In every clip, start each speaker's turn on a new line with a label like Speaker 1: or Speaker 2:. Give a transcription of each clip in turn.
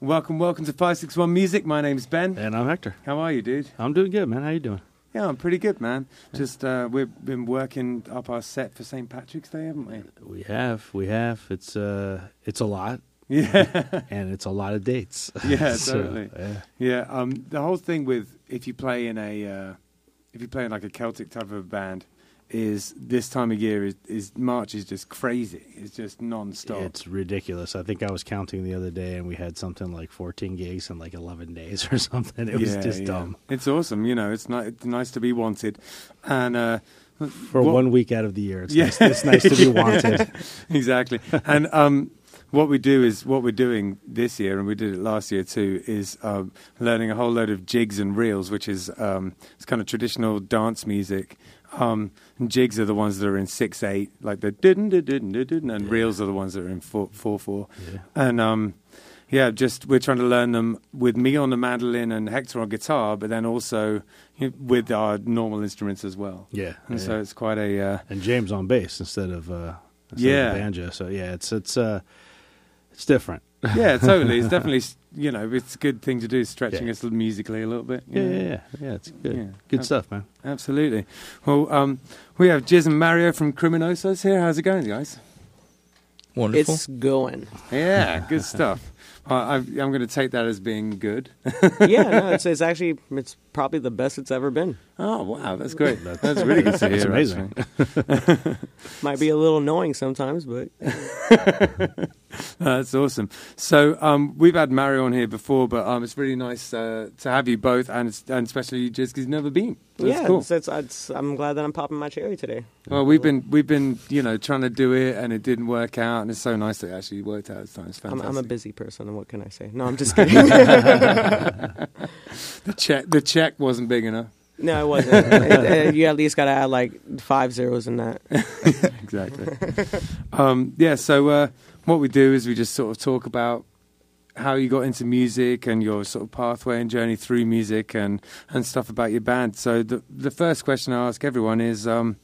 Speaker 1: Welcome, welcome to 561 Music. My name's Ben.
Speaker 2: And I'm Hector.
Speaker 1: How are you, dude?
Speaker 2: I'm doing good, man. How you doing?
Speaker 1: Yeah, I'm pretty good, man. Just uh, we've been working up our set for St. Patrick's Day, haven't we?
Speaker 2: We have, we have. It's uh, it's a lot,
Speaker 1: Yeah,
Speaker 2: and it's a lot of dates.
Speaker 1: yeah,
Speaker 2: So,
Speaker 1: totally.
Speaker 2: yeah.
Speaker 1: Yeah, um, the whole thing with if you play in a uh, if you play in like a Celtic type of a band is this time of year is, is March is just crazy. It's just non-stop.
Speaker 2: It's ridiculous. I think I was counting the other day, and we had something like 14 gigs in like 11 days or something. It was
Speaker 1: Yeah,
Speaker 2: just
Speaker 1: yeah.
Speaker 2: dumb
Speaker 1: It's awesome, you know. It's, ni- it's nice to be wanted, and uh,
Speaker 2: for
Speaker 1: what-
Speaker 2: one week out of the year. It's,
Speaker 1: Yeah.
Speaker 2: nice, it's nice to be wanted.
Speaker 1: exactly. And um, what we do is what we're doing this year, and we did it last year too, is um, learning a whole load of jigs and reels, which is um, it's kind of traditional dance music. Um, and jigs are the ones that are in six eight, like the didn't didn't didn't, and reels are the ones that are in four four four.
Speaker 2: Yeah.
Speaker 1: And um, yeah, just we're trying to learn them with me on the mandolin and Hector on guitar, but then also you know, with our normal instruments as well.
Speaker 2: Yeah,
Speaker 1: And
Speaker 2: yeah.
Speaker 1: so it's quite a uh,
Speaker 2: and James on bass instead of uh, instead
Speaker 1: Yeah.
Speaker 2: of banjo. So yeah, it's it's uh, it's different.
Speaker 1: yeah, totally. It's definitely you know it's a good thing to do, stretching
Speaker 2: Yeah.
Speaker 1: us musically a little bit. you
Speaker 2: Yeah,
Speaker 1: know.
Speaker 2: yeah, yeah. yeah it's good,
Speaker 1: Yeah.
Speaker 2: good
Speaker 1: Uh,
Speaker 2: stuff, man.
Speaker 1: absolutely. Well, um, we have Jiz and Mario from Criminosos here. How's it going, guys?
Speaker 3: Wonderful.
Speaker 4: It's going.
Speaker 1: Yeah, good stuff. I I, I'm going to take that as being good.
Speaker 4: Yeah, no, it's, it's actually it's probably the best it's ever been.
Speaker 1: Oh wow, that's great. That's, really good to hear.
Speaker 2: that's amazing.
Speaker 1: actually.
Speaker 4: Might be a little annoying sometimes, but
Speaker 1: That's awesome. So um, we've had Mario on here before, but um, it's really nice uh, to have you both, and, it's- and especially you, Jiz, because you've never been. That's
Speaker 4: yeah,
Speaker 1: cool.
Speaker 4: it's, it's, it's, I'm glad that I'm popping my cherry today.
Speaker 1: Well, we've been we've been you know trying to do it, and it didn't work out, and it's so nice that it actually worked out this time. It's
Speaker 4: I'm,
Speaker 1: fantastic.
Speaker 4: I'm a busy person, and what can I say? No, I'm just kidding.
Speaker 1: the check the check wasn't big enough.
Speaker 4: no, it wasn't. It- it- you at least got to add like five zeros in that.
Speaker 1: Exactly. um, yeah. So uh, what we do is we just sort of talk about how you got into music and your sort of pathway and journey through music and and stuff about your band. So the the first question I ask everyone is. Um,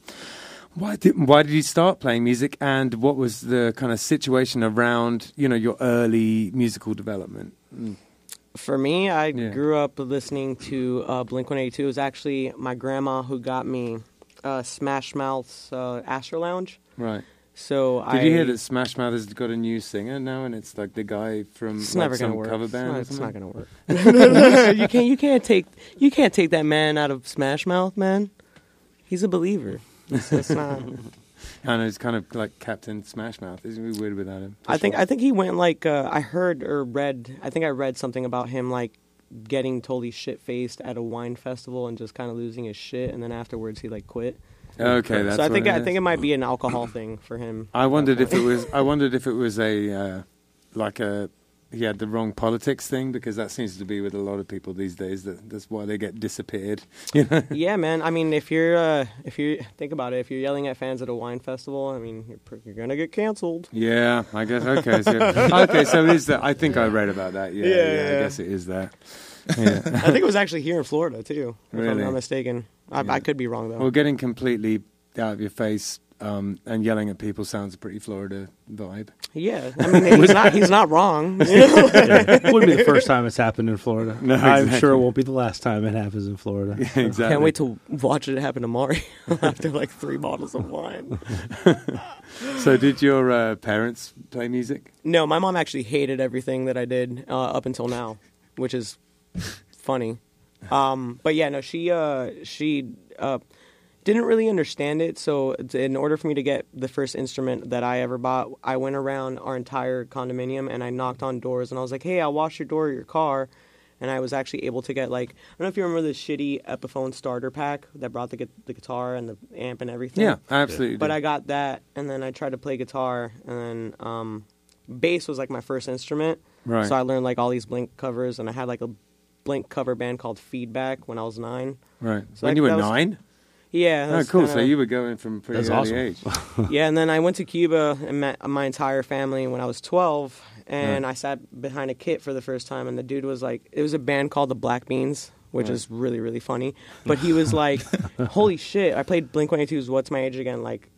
Speaker 1: why did why did you start playing music, and what was the kind of situation around you know your early musical development?
Speaker 4: For me, I
Speaker 1: Yeah.
Speaker 4: grew up listening to uh, Blink 182. It was actually my grandma who got me uh, Smash Mouth's uh, Astro Lounge.
Speaker 1: Right.
Speaker 4: So
Speaker 1: Did
Speaker 4: I
Speaker 1: you hear that Smash Mouth has got a new singer now, and it's like the guy from
Speaker 4: It's
Speaker 1: like,
Speaker 4: never
Speaker 1: some
Speaker 4: gonna work.
Speaker 1: cover
Speaker 4: It's
Speaker 1: band?
Speaker 4: not-
Speaker 1: or
Speaker 4: It's not,
Speaker 1: something?
Speaker 4: gonna work. you can't. You can't take. You can't take that man out of Smash Mouth, man. He's a believer. It's, it's not.
Speaker 1: I know it's kind of like Captain Smash Mouth. Isn't it weird without him?
Speaker 4: I think. I think he went like. Uh, I heard or read. I think I read something about him like getting totally shit faced at a wine festival and just kind of losing his shit, and then afterwards he like quit.
Speaker 1: Okay, that's
Speaker 4: so I
Speaker 1: what
Speaker 4: think.
Speaker 1: it
Speaker 4: I
Speaker 1: is.
Speaker 4: think it might be an alcohol thing for him.
Speaker 1: I wondered if it was. I wondered if it was a uh, like a he had the wrong politics thing because that seems to be with a lot of people these days. That that's why they get disappeared. You know?
Speaker 4: yeah, man. I mean, if you're uh, if you think about it, if you're yelling at fans at a wine festival, I mean, you're, pr- you're gonna get canceled.
Speaker 1: Yeah, I guess. Okay, so, okay, so it is that. I think I read about that. Yeah, yeah,
Speaker 4: Yeah,
Speaker 1: I
Speaker 4: yeah.
Speaker 1: guess it is that. Yeah.
Speaker 4: I think it was actually here in Florida too, if I'm
Speaker 1: Really?
Speaker 4: not mistaken. I,
Speaker 1: Yeah.
Speaker 4: I could be wrong though.
Speaker 1: Well, getting completely out of your face um, and yelling at people sounds a pretty Florida vibe.
Speaker 4: Yeah, I mean he's not he's not wrong. you know?
Speaker 2: Yeah. Wouldn't be the first time it's happened in Florida.
Speaker 1: No,
Speaker 2: I'm
Speaker 1: exactly.
Speaker 2: sure it won't be the last time it happens in Florida.
Speaker 1: exactly.
Speaker 4: Can't wait to watch it happen to Mario after like three bottles of wine.
Speaker 1: So, did your uh, parents play music?
Speaker 4: No, my mom actually hated everything that I did uh, up until now, which is funny. Um, but yeah, no, she uh, she uh, didn't really understand it. So in order for me to get the first instrument that I ever bought, I went around our entire condominium and I knocked on doors and I was like, "Hey, I'll wash your door or your car." And I was actually able to get like I don't know if you remember the shitty Epiphone starter pack that brought the, gu- the guitar and the amp and everything.
Speaker 1: Yeah, I absolutely.
Speaker 4: But
Speaker 1: did.
Speaker 4: I got that, and then I tried to play guitar, and then um, bass was like my first instrument.
Speaker 1: Right.
Speaker 4: So I learned like all these Blink covers, and I had like a Blink cover band called Feedback when I was nine.
Speaker 1: right
Speaker 4: so
Speaker 1: when
Speaker 4: I-
Speaker 1: you were
Speaker 4: that was-
Speaker 1: nine.
Speaker 4: Yeah.
Speaker 1: Oh,
Speaker 4: that's
Speaker 1: cool. So
Speaker 4: kinda-
Speaker 1: you were going from pretty
Speaker 2: That's
Speaker 1: early
Speaker 2: awesome.
Speaker 1: age.
Speaker 4: yeah, and then I went to Cuba and met my entire family when I was 12, and I sat behind a kit for the first time, and the dude was like, it was a band called the Black Beans, which
Speaker 1: Right.
Speaker 4: is really, really funny. But he was like, holy shit, I played Blink 182's What's My Age Again, like,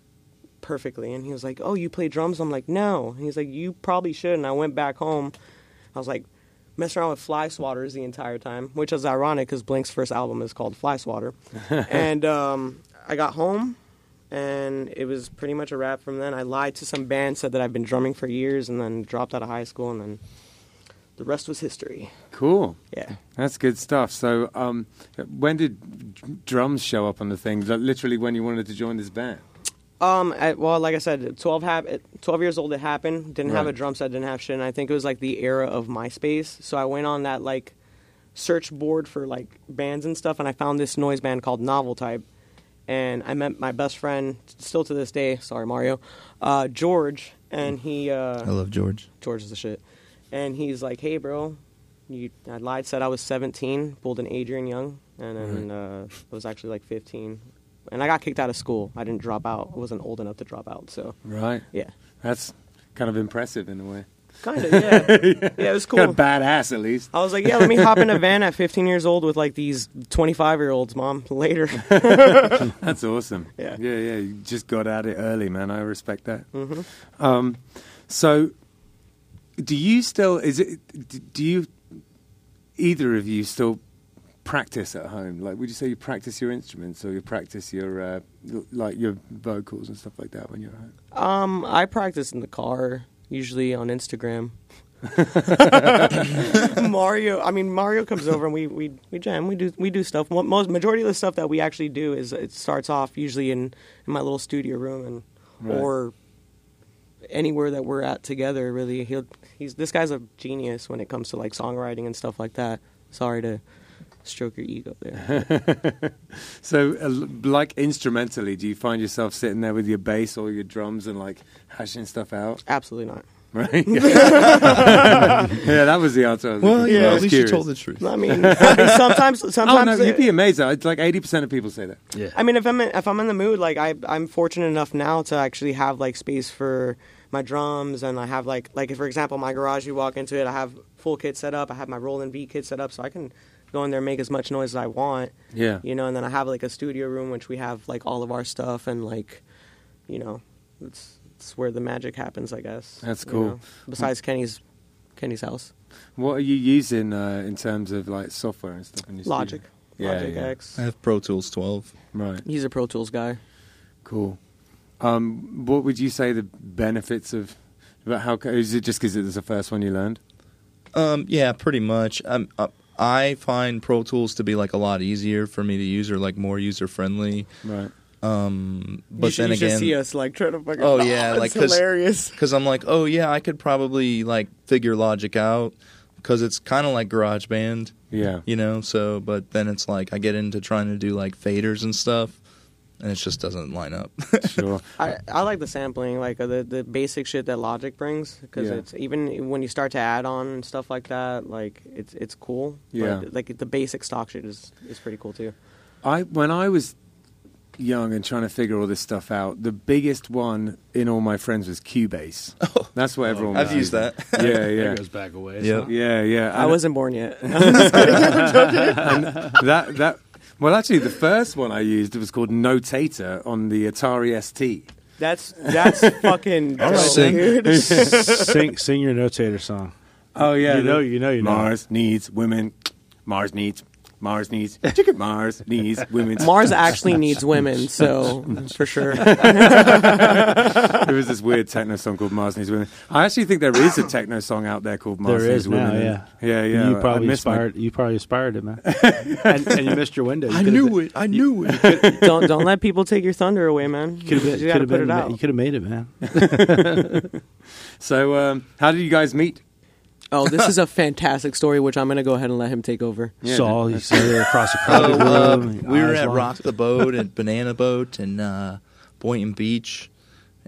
Speaker 4: perfectly. And he was like, oh, you play drums? I'm like, no. And he's like, you probably should. And I went back home. I was like, messing around with fly swatters the entire time, which is ironic because Blink's first album is called Fly Swatter. and um, I got home, and it was pretty much a wrap from then. I lied to some band, said that I've been drumming for years, and then dropped out of high school, and then the rest was history.
Speaker 1: Cool.
Speaker 4: Yeah.
Speaker 1: That's good stuff. So, um, when did dr- drums show up on the thing? Like, Literally, when you wanted to join this band?
Speaker 4: Um, I, well, like I said, 12, hap- at 12 years old it happened. Didn't have a
Speaker 1: Right.
Speaker 4: drum set, didn't have shit. And I think it was like the era of MySpace. So I went on that like search board for like bands and stuff, and I found this noise band called Novel Type. And I met my best friend, still to this day, sorry, Mario, uh, George. And he, uh,
Speaker 3: I love George.
Speaker 4: George is the shit. And he's like, hey, bro, you, I lied, said I was 17, pulled an Adrian Young, and then uh, I was actually like 15. And I got kicked out of school. I didn't drop out. I wasn't old enough to drop out. So,
Speaker 1: Right.
Speaker 4: yeah.
Speaker 1: That's kind of impressive in a way.
Speaker 4: Kind of, yeah. yeah. it was cool.
Speaker 1: Kind of badass, at least.
Speaker 4: I was like, yeah, let me hop in a van at 15 years old with like these 25 year olds, mom, later.
Speaker 1: That's awesome.
Speaker 4: Yeah.
Speaker 1: Yeah, yeah. You just got at it early, man. I respect that. Mm-hmm. Um, so, do you still, is it, d- do you, either of you still practice at home? Like, would you say you practice your instruments or you practice your, uh, l- like, your vocals and stuff like that when you're at home?
Speaker 4: um, I practice in the car, usually on Instagram. Mario, I mean Mario comes over and we, we, we jam, we do we do stuff. Mo- Most majority of the stuff that we actually do is it starts off usually in, in my little studio room and
Speaker 1: Right.
Speaker 4: or anywhere that we're at together. Really, he'll he's this guy's a genius when it comes to like songwriting and stuff like that. Sorry to stroke your ego there.
Speaker 1: So, uh, l- like, instrumentally, do you find yourself sitting there with your bass or your drums and, like, hashing stuff out?
Speaker 4: Absolutely not.
Speaker 1: Right? yeah, that was the answer. I was looking for. I was curious.
Speaker 3: the truth.
Speaker 4: I mean, I mean, sometimes
Speaker 1: Oh
Speaker 4: sometimes
Speaker 1: no,
Speaker 4: it-
Speaker 1: you'd be amazed. It's like eighty percent of people say that.
Speaker 2: Yeah.
Speaker 4: I mean, if I'm in, if I'm in the mood, like I I'm fortunate enough now to actually have like space for my drums, and I have like like for example, my garage. You walk into it, I have full kit set up. I have my Roland V kit set up, so I can go in there and make as much noise as I want.
Speaker 1: Yeah.
Speaker 4: You know, and then I have like a studio room, which we have like all of our stuff, and like, you know, it's it's where the magic happens, I guess.
Speaker 1: That's
Speaker 4: you
Speaker 1: cool.
Speaker 4: know, Besides Kenny's Kenny's house,
Speaker 1: What are you using uh, in terms of like software and stuff in your
Speaker 4: Logic,
Speaker 1: Yeah,
Speaker 4: Logic
Speaker 1: yeah.
Speaker 4: X.
Speaker 3: I have Pro Tools 12.
Speaker 1: Studio? Right.
Speaker 4: He's a Pro Tools guy.
Speaker 1: Cool. Um, what would you say the benefits of? About how co- is it just because it was the first one you learned?
Speaker 3: Um, yeah, pretty much. Um, uh, I find Pro Tools to be like a lot easier for me to use or like more user friendly.
Speaker 1: Right.
Speaker 3: Um, but
Speaker 4: you should,
Speaker 3: then
Speaker 4: you
Speaker 3: again,
Speaker 4: should see us like trying to fucking.
Speaker 3: Oh, yeah,
Speaker 4: it's
Speaker 3: like, 'cause-
Speaker 4: hilarious.
Speaker 3: because I'm like, oh yeah, I could probably like figure Logic out because it's kind of like GarageBand,
Speaker 1: Yeah.
Speaker 3: you know. So, but then it's like I get into trying to do like faders and stuff, and it just doesn't line up.
Speaker 1: Sure.
Speaker 4: I, I like the sampling, like uh, the the basic shit that Logic brings, because
Speaker 1: Yeah.
Speaker 4: it's even when you start to add on and stuff like that, like it's it's cool.
Speaker 1: Yeah.
Speaker 4: But, like the basic stock shit is is pretty cool too.
Speaker 1: I when I was young and trying to figure all this stuff out, the biggest one in all my friends was Cubase. Oh, That's what everyone.
Speaker 3: I've
Speaker 1: was
Speaker 3: used
Speaker 1: using.
Speaker 3: that.
Speaker 1: Yeah,
Speaker 2: That
Speaker 1: yeah,
Speaker 2: goes back away.
Speaker 3: Yeah.
Speaker 2: so-
Speaker 1: yeah, yeah.
Speaker 4: I
Speaker 1: And-
Speaker 4: wasn't born yet.
Speaker 1: that that well actually the first one I used was called Notator on the Atari ST.
Speaker 4: that's that's fucking dope,
Speaker 3: right, then.
Speaker 4: dude.
Speaker 2: sing, sing your notator song.
Speaker 1: Oh yeah,
Speaker 2: You know- you know you know.
Speaker 1: Mars needs women. Mars needs Mars needs chicken. Mars needs women.
Speaker 4: Mars actually needs women, so for sure.
Speaker 1: there was this weird techno song called Mars needs women. I actually think there is a techno song out there called Mars
Speaker 2: there
Speaker 1: needs
Speaker 2: is now,
Speaker 1: women.
Speaker 2: yeah.
Speaker 1: yeah, yeah.
Speaker 2: You
Speaker 1: I
Speaker 2: probably
Speaker 1: missed my-
Speaker 2: inspired. You probably inspired it, man. and, and you missed your window. You
Speaker 3: I knew it. I knew it.
Speaker 4: don't don't let people take your thunder away, man.
Speaker 2: Could have been.
Speaker 4: you gotta
Speaker 2: Could have
Speaker 4: put
Speaker 2: been.
Speaker 4: it
Speaker 2: ma-
Speaker 4: out.
Speaker 2: You could have made it, man.
Speaker 1: So um, how did you guys meet?
Speaker 4: Oh, this is a fantastic story, which I'm gonna go ahead and let him take over.
Speaker 1: Yeah,
Speaker 2: Saul, you see her across the crowded
Speaker 3: Oh, uh,
Speaker 2: room.
Speaker 3: we were
Speaker 2: eyes
Speaker 3: at
Speaker 2: locked.
Speaker 3: Rock the Boat and Banana Boat and uh, Boynton Beach,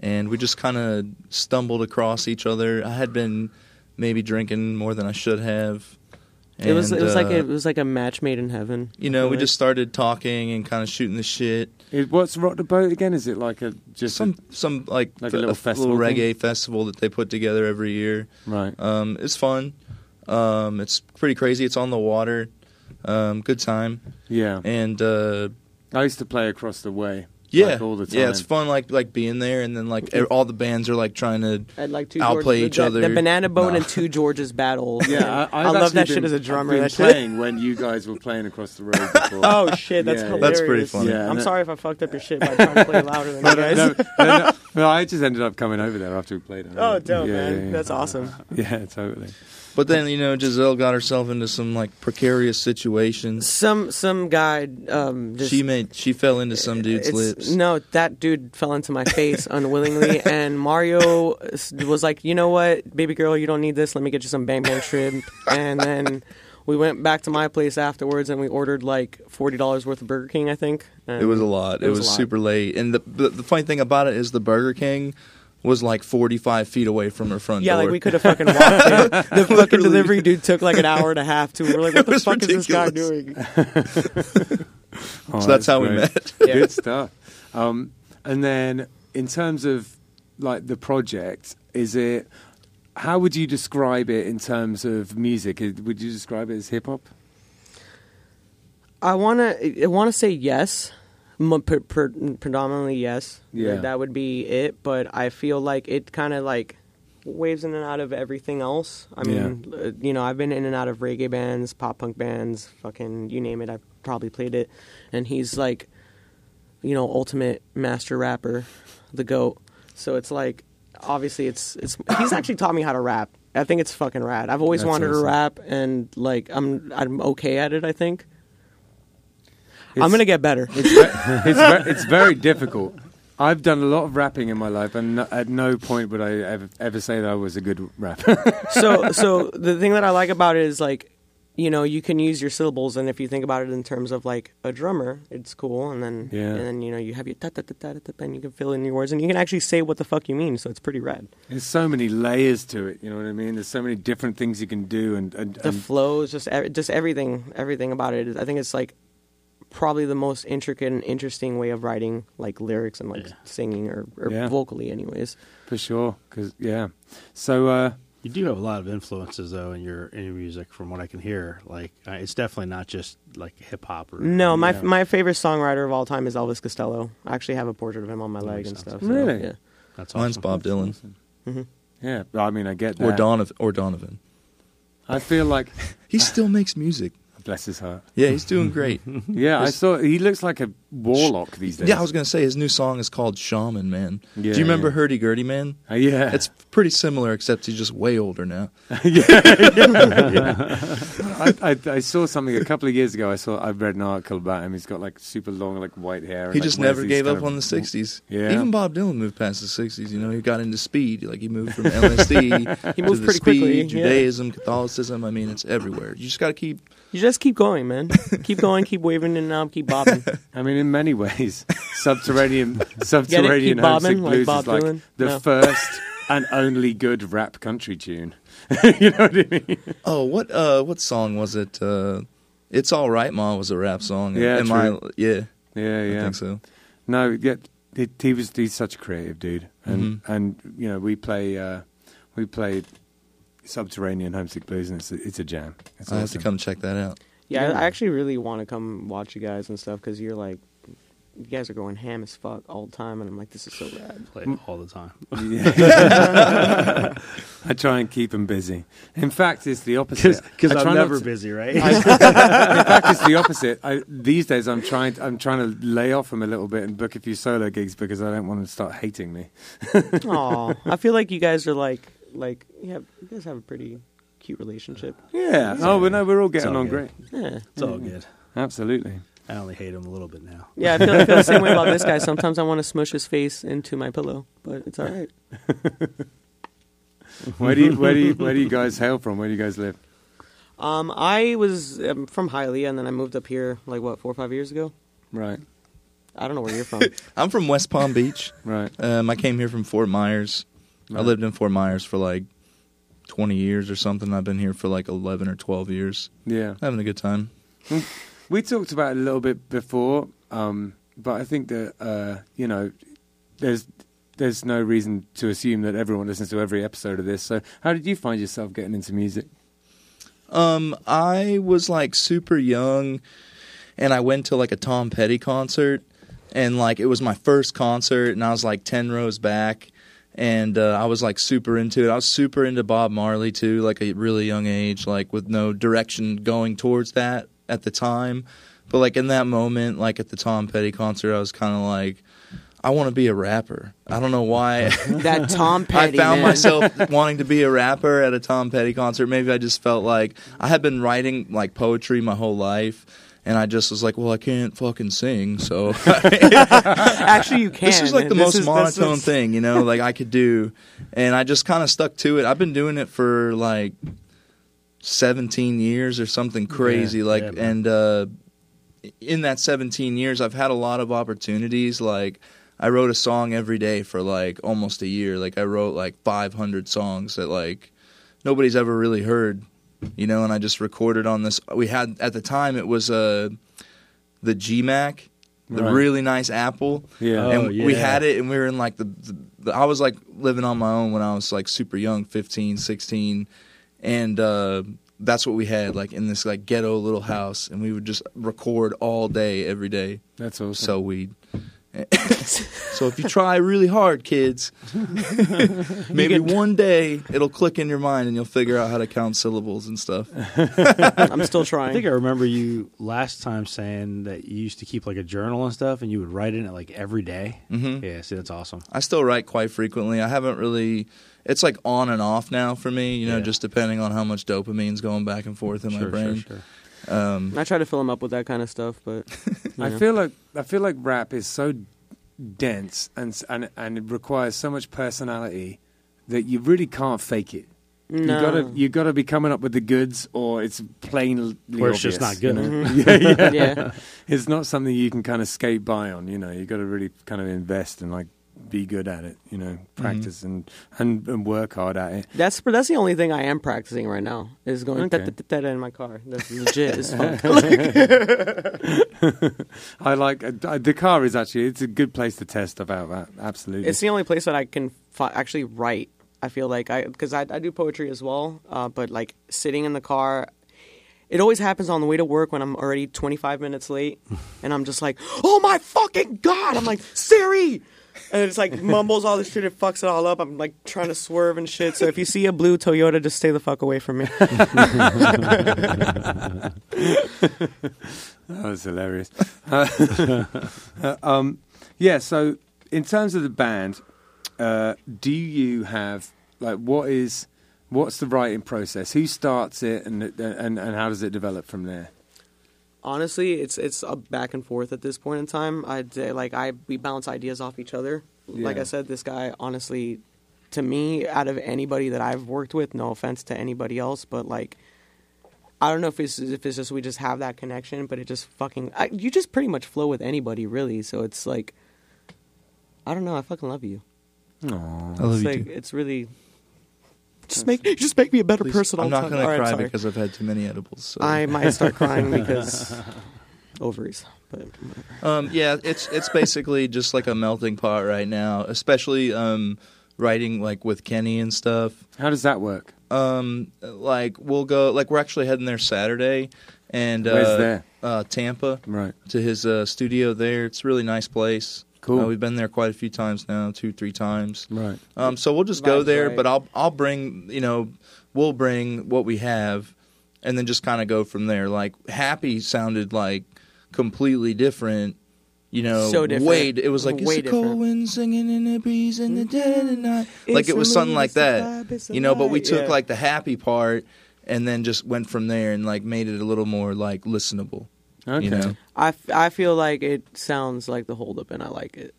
Speaker 3: and we just kind of stumbled across each other. I had been maybe drinking more than I should have.
Speaker 4: it was
Speaker 3: and,
Speaker 4: it was like
Speaker 3: uh,
Speaker 4: a, it was like a match made in heaven.
Speaker 3: you
Speaker 4: I
Speaker 3: know,
Speaker 4: feel
Speaker 3: we
Speaker 4: like.
Speaker 3: just started talking and kind of shooting the shit.
Speaker 1: It, what's rock the boat again? Is it like a just
Speaker 3: Some some like,
Speaker 1: Like a
Speaker 3: th-
Speaker 1: little festival thing?
Speaker 3: reggae festival that they put together every year.
Speaker 1: a, right?
Speaker 3: Um, it's fun. Um, it's pretty crazy. It's on the water. Um, good time.
Speaker 1: yeah,
Speaker 3: And uh,
Speaker 1: I used to play across the way.
Speaker 3: Yeah,
Speaker 1: like, all the time.
Speaker 3: yeah, it's fun like like being there, and then like e- all the bands are like trying to
Speaker 4: I'd like two
Speaker 3: outplay
Speaker 4: Georges-
Speaker 3: each
Speaker 4: the,
Speaker 3: other.
Speaker 4: The banana boat
Speaker 3: Nah.
Speaker 4: and two Georges battle.
Speaker 1: Yeah, I, I've
Speaker 4: love
Speaker 1: actually
Speaker 4: that shit
Speaker 1: been-
Speaker 4: as a
Speaker 1: I've
Speaker 4: drummer.
Speaker 1: been
Speaker 4: That shit.
Speaker 1: playing when you guys were playing across the road. Before.
Speaker 4: Oh shit, that's
Speaker 1: Yeah, yeah.
Speaker 4: hilarious.
Speaker 3: That's pretty funny.
Speaker 1: Yeah,
Speaker 4: I'm
Speaker 1: no-
Speaker 4: sorry if I fucked up your shit by trying to play louder than you guys.
Speaker 1: no, no, no, no, I just ended up coming over there after we played. it.
Speaker 4: Oh, dope,
Speaker 1: Yeah,
Speaker 4: man.
Speaker 1: yeah, yeah.
Speaker 4: That's awesome.
Speaker 1: Yeah, totally.
Speaker 3: But then you know, Giselle got herself into some like precarious situations.
Speaker 4: Some some guy um, just
Speaker 3: she made she fell into some dude's
Speaker 4: it's-
Speaker 3: lips.
Speaker 4: No, that dude fell into my face unwillingly, and Mario s- was like, "You know what, baby girl, you don't need this. Let me get you some Bang Bang shrimp." and then we went back to my place afterwards, and we ordered like forty dollars worth of Burger King, I think. And
Speaker 3: It was a lot. It, was,
Speaker 4: a lot.
Speaker 3: super late. And the, the the funny thing about it is the Burger King was like 45 feet away from her front
Speaker 4: Yeah,
Speaker 3: door.
Speaker 4: like we could have fucking walked in. The fucking
Speaker 3: Literally.
Speaker 4: delivery dude took like an hour and a half to. We're like, what
Speaker 3: It
Speaker 4: the
Speaker 3: was
Speaker 4: fuck is this guy
Speaker 3: ridiculous.
Speaker 4: doing?
Speaker 1: Oh,
Speaker 3: So that's how we
Speaker 1: great.
Speaker 3: met.
Speaker 4: Yeah.
Speaker 1: Good stuff. Um, and then in terms of like the project, is it? How would you describe it in terms of music? Is- Would you describe it as hip hop?
Speaker 4: I want to I want to say yes, M- pre- pre- predominantly yes.
Speaker 1: Yeah.
Speaker 4: that would be it. But I feel like it kind of like waves in and out of everything else. I mean, uh, you know, I've been in and out of reggae bands, pop punk bands, fucking you name it. I've probably played it, and he's like, you know, ultimate master rapper, the goat. So it's like, obviously, it's it's he's actually taught me how to rap. I think it's fucking rad. I've always
Speaker 1: That's
Speaker 4: wanted
Speaker 1: awesome.
Speaker 4: to rap, and like I'm I'm okay at it. I think. I'm gonna get better.
Speaker 1: It's ve- it's, ve- it's very difficult. I've done a lot of rapping in my life, and no- at no point would I ever, ever say that I was a good rapper.
Speaker 4: so so the thing that I like about it is like you know you can use your syllables and if you think about it in terms of like a drummer it's cool and then
Speaker 1: Yeah.
Speaker 4: and then you know you have your ta ta ta ta ta ta, and you can fill in your words and you can actually say what the fuck you mean so it's pretty rad
Speaker 1: There's so many layers to it. You know what I mean? There's so many different things you can do, and, and,
Speaker 4: the
Speaker 1: and
Speaker 4: flow is just ev- just everything everything about it is, I think it's like probably the most intricate and interesting way of writing like lyrics and like singing or, or
Speaker 1: Yeah.
Speaker 4: vocally anyways
Speaker 1: for sure. 'cause- yeah. So uh,
Speaker 2: You do have a lot of influences though in your in your music, from what I can hear. Like uh, it's definitely not just like hip hop. or
Speaker 4: no my
Speaker 1: Yeah.
Speaker 4: my favorite songwriter of all time is Elvis Costello I actually have a portrait of him on my leg
Speaker 2: makes
Speaker 4: and
Speaker 2: sense.
Speaker 4: stuff so,
Speaker 1: Really?
Speaker 4: yeah.
Speaker 2: That's
Speaker 3: Mine's
Speaker 2: awesome.
Speaker 3: Bob Dylan
Speaker 1: yeah, I mean, I get that.
Speaker 3: or Donovan or Donovan.
Speaker 1: I feel like
Speaker 3: He still makes music.
Speaker 1: bless his heart.
Speaker 3: Yeah, he's doing great.
Speaker 1: Yeah, I saw. He looks like a warlock these days.
Speaker 3: yeah, I was gonna say his new song is called Shaman Man.
Speaker 1: Yeah,
Speaker 3: Do you remember
Speaker 1: yeah.
Speaker 3: Hurdy Gurdy Man?
Speaker 1: Uh, yeah,
Speaker 3: It's pretty similar, except he's just way older now.
Speaker 1: I, I, I saw something a couple of years ago. I saw. I read an article about him. He's got like super long, like white hair. and,
Speaker 3: He
Speaker 1: like,
Speaker 3: just
Speaker 1: wears
Speaker 3: never
Speaker 1: these
Speaker 3: gave
Speaker 1: kind
Speaker 3: up
Speaker 1: of-
Speaker 3: on the '60s.
Speaker 1: Yeah.
Speaker 3: Even Bob Dylan moved past the '60s. You know, he got into speed. Like he moved from LSD
Speaker 4: He
Speaker 3: to
Speaker 4: moved
Speaker 3: the
Speaker 4: pretty
Speaker 3: speed,
Speaker 4: quickly, yeah.
Speaker 3: Judaism, Catholicism. I mean, it's everywhere. You just got to keep.
Speaker 4: You just keep going, man. keep going, keep waving in and out, keep bobbing.
Speaker 1: I mean, in many ways, subterranean, subterranean
Speaker 4: Keep
Speaker 1: homesick
Speaker 4: bobbing, like
Speaker 1: blues
Speaker 4: Bob
Speaker 1: is like
Speaker 4: Dylan?
Speaker 1: the
Speaker 4: No.
Speaker 1: first and only good rap country tune. you know what I mean?
Speaker 3: Oh, what uh, what song was it? Uh, it's all right, Ma was a rap song.
Speaker 1: Yeah,
Speaker 3: Am
Speaker 1: true.
Speaker 3: I- yeah,
Speaker 1: Yeah, yeah.
Speaker 3: I think so.
Speaker 1: No, yet he, he was he's such a creative dude, and
Speaker 3: Mm-hmm.
Speaker 1: and you know we play uh, we play subterranean homesick blues, and it's a, it's a jam. It's
Speaker 3: I have to
Speaker 1: awesome.
Speaker 3: come check that out.
Speaker 4: Yeah, I I actually really want to come watch you guys and stuff because you're like, you guys are going ham as fuck all the time, and I'm like, this is so rad.
Speaker 2: Play it all the time.
Speaker 1: Yeah. I try and keep him busy. In fact, it's the opposite.
Speaker 2: Because
Speaker 1: I try
Speaker 2: I'm
Speaker 1: not
Speaker 2: never
Speaker 1: to-
Speaker 2: busy, right?
Speaker 1: I- in fact, it's the opposite. I, these days, I'm trying. I'm trying to lay off him a little bit and book a few solo gigs because I don't want him to start hating me.
Speaker 4: Aw, I feel like you guys are like, like, yeah, you guys have a pretty cute relationship.
Speaker 1: Yeah. Oh, well, no, we're all getting
Speaker 2: all
Speaker 1: on
Speaker 2: good.
Speaker 1: great.
Speaker 4: Yeah,
Speaker 2: it's all good.
Speaker 1: Absolutely.
Speaker 2: I only hate him a little bit now.
Speaker 4: yeah, I feel, I feel the same way about this guy. Sometimes I want to smush his face into my pillow, but it's all right.
Speaker 1: Where do you, where do you, where do you guys hail from? Where do you guys live?
Speaker 4: Um, I was um, from Hialeah, and then I moved up here like what four or five years ago.
Speaker 1: Right.
Speaker 4: I don't know where you're from.
Speaker 3: I'm from West Palm Beach.
Speaker 1: Right.
Speaker 3: Um, I came here from Fort Myers. I
Speaker 1: Right.
Speaker 3: lived in Fort Myers for like 20 years or something. I've been here for like 11 or 12 years.
Speaker 1: Yeah.
Speaker 3: Having a good time.
Speaker 1: We talked about it a little bit before, um, but I think that uh, you know, there's there's no reason to assume that everyone listens to every episode of this. So, how did you find yourself getting into music?
Speaker 3: Um, I was like super young, and I went to like a Tom Petty concert, and like it was my first concert and i was like 10 rows back and uh, i was like super into it i was super into bob marley too like a really young age like with no direction going towards that at the time but like in that moment like at the tom petty concert i was kind of like i want to be a rapper i don't know why
Speaker 4: That Tom Petty.
Speaker 3: I found
Speaker 4: man.
Speaker 3: myself wanting to be a rapper at a Tom Petty concert. Maybe I just felt like I had been writing like poetry my whole life, and I just was like, well, I can't fucking sing, so
Speaker 4: Actually, you can.
Speaker 3: this is like the most
Speaker 4: is- this
Speaker 3: monotone
Speaker 4: is-
Speaker 3: thing, you know, like I could do, and I just kind of stuck to it. I've been doing it for like seventeen years or something crazy,
Speaker 2: Yeah,
Speaker 3: like,
Speaker 2: yeah, man.
Speaker 3: and uh, in that seventeen years, I've had a lot of opportunities, like. I wrote a song every day for like almost a year. Like I wrote like 500 songs that like nobody's ever really heard, you know. And I just recorded on this. We had at the time it was uh, the GMAC, the
Speaker 1: Right.
Speaker 3: really nice Apple,
Speaker 1: Yeah.
Speaker 3: and
Speaker 2: Oh,
Speaker 3: we
Speaker 2: yeah.
Speaker 3: had it and we were in like the, the, the i was like living on my own when i was like super young 15 16 and uh that's what we had like in this like ghetto little house and we would just record all day every day
Speaker 1: That's awesome.
Speaker 3: so we so if you try really hard kids maybe one day it'll click in your mind and you'll figure out how to count syllables and stuff
Speaker 4: I'm still trying.
Speaker 2: I think I remember you last time saying that you used to keep like a journal and stuff, and you would write in it like every day.
Speaker 3: Mhm.
Speaker 2: Yeah, see, that's awesome.
Speaker 3: I still write quite frequently. I haven't really. It's like on and off now for me, you know,
Speaker 2: Yeah.
Speaker 3: just depending on how much dopamine's going back and forth in my
Speaker 2: sure,
Speaker 3: brain.
Speaker 2: sure, sure.
Speaker 3: Um,
Speaker 4: I try to fill him up with that kind of stuff, but you
Speaker 1: I
Speaker 4: know.
Speaker 1: feel like I feel like rap is so dense and s- and and it requires so much personality that you really can't fake it.
Speaker 4: No.
Speaker 1: You gotta you gotta be coming up with the goods, or it's plainly
Speaker 2: Or it's just
Speaker 1: obvious,
Speaker 2: not good.
Speaker 1: you know?
Speaker 4: yeah.
Speaker 1: It's not something you can kind of skate by on. You know, you got to really kind of invest and like be good at it. You know,
Speaker 2: Mm-hmm.
Speaker 1: practice and, and and work hard at it.
Speaker 4: That's that's the only thing I am practicing right now is going
Speaker 1: Okay.
Speaker 4: da, da, da, da in my car. That's legit as fuck.
Speaker 1: I like uh, the car is actually it's a good place to test about that. Absolutely.
Speaker 4: It's the only place that I can fi- actually write. I feel like I because I, I do poetry as well, uh, but like sitting in the car, it always happens on the way to work when I'm already 25 minutes late, and I'm just like, oh my fucking god! I'm like Siri. And it's like mumbles all this shit. It fucks it all up. I'm like trying to swerve and shit. So if you see a blue Toyota, just stay the fuck away from me.
Speaker 1: That was hilarious. Uh, uh, um, yeah. So, in terms of the band, uh, do you have like what is what's the writing process? Who starts it, and and and how does it develop from there?
Speaker 4: honestly, it's it's a back and forth at this point in time. I like I we bounce ideas off each other. Like
Speaker 1: Yeah.
Speaker 4: I said, this guy honestly, to me, out of anybody that I've worked with, no offense to anybody else, but like. I don't know if it's if it's just we just have that connection, but it just fucking I, you just pretty much flow with anybody really. So it's like, I don't know. I fucking love you.
Speaker 3: I love
Speaker 4: it's
Speaker 3: you
Speaker 4: like
Speaker 3: too.
Speaker 4: it's really just make just make me a better person. all
Speaker 3: I'm
Speaker 4: the
Speaker 3: not
Speaker 4: time.
Speaker 3: going
Speaker 4: All
Speaker 3: to
Speaker 4: right,
Speaker 3: cry
Speaker 4: sorry.
Speaker 3: because I've had too many edibles. So.
Speaker 4: I might start crying because ovaries. But
Speaker 3: um, yeah, it's it's basically just like a melting pot right now, especially um, writing like with Kenny and stuff.
Speaker 1: How does that work?
Speaker 3: Um, like we'll go like we're actually heading there Saturday, and
Speaker 1: Where's
Speaker 3: uh,
Speaker 1: there?
Speaker 3: Uh, Tampa.
Speaker 1: Right.
Speaker 3: to his uh, studio there. It's a really nice place.
Speaker 1: Cool.
Speaker 3: Uh, we've been there quite a few times now, two, three times.
Speaker 1: Right.
Speaker 3: Um, so we'll just go
Speaker 4: Vibes
Speaker 3: there,
Speaker 4: right.
Speaker 3: but I'll I'll bring you know we'll bring what we have, and then just kind of go from there. Like happy sounded like completely different. You know,
Speaker 4: So different.
Speaker 3: Wade. It was like
Speaker 4: Way
Speaker 3: it's a cold
Speaker 4: different. Mm-hmm.
Speaker 3: wind singing in the breeze in the dead of night. like
Speaker 4: It's
Speaker 3: it was
Speaker 4: a
Speaker 3: something
Speaker 4: moon,
Speaker 3: like
Speaker 4: it's a
Speaker 3: that.
Speaker 4: vibe, it's a
Speaker 3: you know, but we
Speaker 4: vibe.
Speaker 3: took
Speaker 4: Yeah.
Speaker 3: like the happy part and then just went from there and like made it a little more like listenable.
Speaker 1: Okay.
Speaker 3: You know,
Speaker 4: I, f- I feel like it sounds like the holdup, and I like it.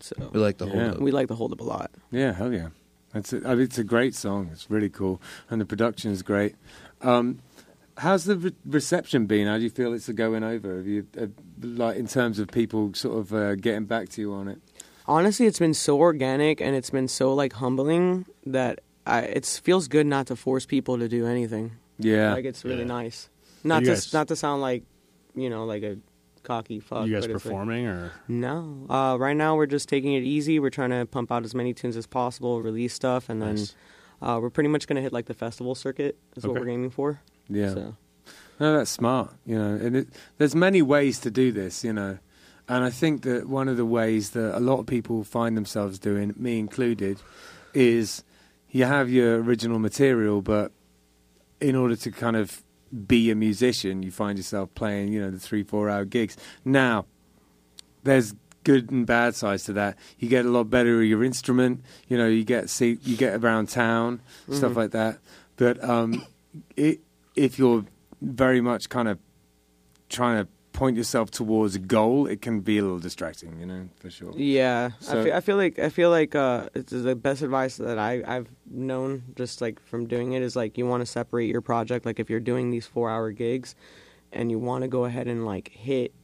Speaker 4: So
Speaker 3: we like the whole.
Speaker 1: Yeah.
Speaker 4: we like the holdup a lot.
Speaker 1: Yeah, hell yeah. That's it. I mean, it's a great song. It's really cool, and the production is great. Um, how's the re- reception been? How do you feel it's going over? Have you, uh, like, in terms of people sort of uh, getting back to you on it?
Speaker 4: Honestly, it's been so organic, and it's been so like humbling that I, it feels good not to force people to do anything.
Speaker 1: Yeah,
Speaker 4: Like it's really
Speaker 2: Yeah.
Speaker 4: nice. Not
Speaker 2: you
Speaker 4: to
Speaker 2: guys-
Speaker 4: not to sound like you know like a cocky fuck.
Speaker 2: you guys
Speaker 4: but it's like-
Speaker 2: performing or
Speaker 4: No. Uh, right now, we're just taking it easy. We're trying to pump out as many tunes as possible, release stuff, and then
Speaker 2: Nice.
Speaker 4: uh, we're pretty much going to hit like the festival circuit. Is what
Speaker 2: Okay.
Speaker 4: we're aiming for.
Speaker 1: yeah.
Speaker 4: So.
Speaker 1: No, that's smart. You know, and it, there's many ways to do this. You know, And I think that one of the ways that a lot of people find themselves doing, me included, is you have your original material, but in order to kind of be a musician, you find yourself playing, you know, the three, four hour gigs. Now, there's good and bad sides to that. You get a lot better at your instrument, you know, you get see, you get around town, stuff like that. But um, it, if you're very much kind of trying to point yourself towards a goal, it can be a little distracting, you know, for sure.
Speaker 4: Yeah,
Speaker 1: So-
Speaker 4: I, feel, I feel like I feel like uh, it's the best advice that I I've known just like from doing it is like you want to separate your project. Like if you're doing these four hour gigs, and you want to go ahead and like hit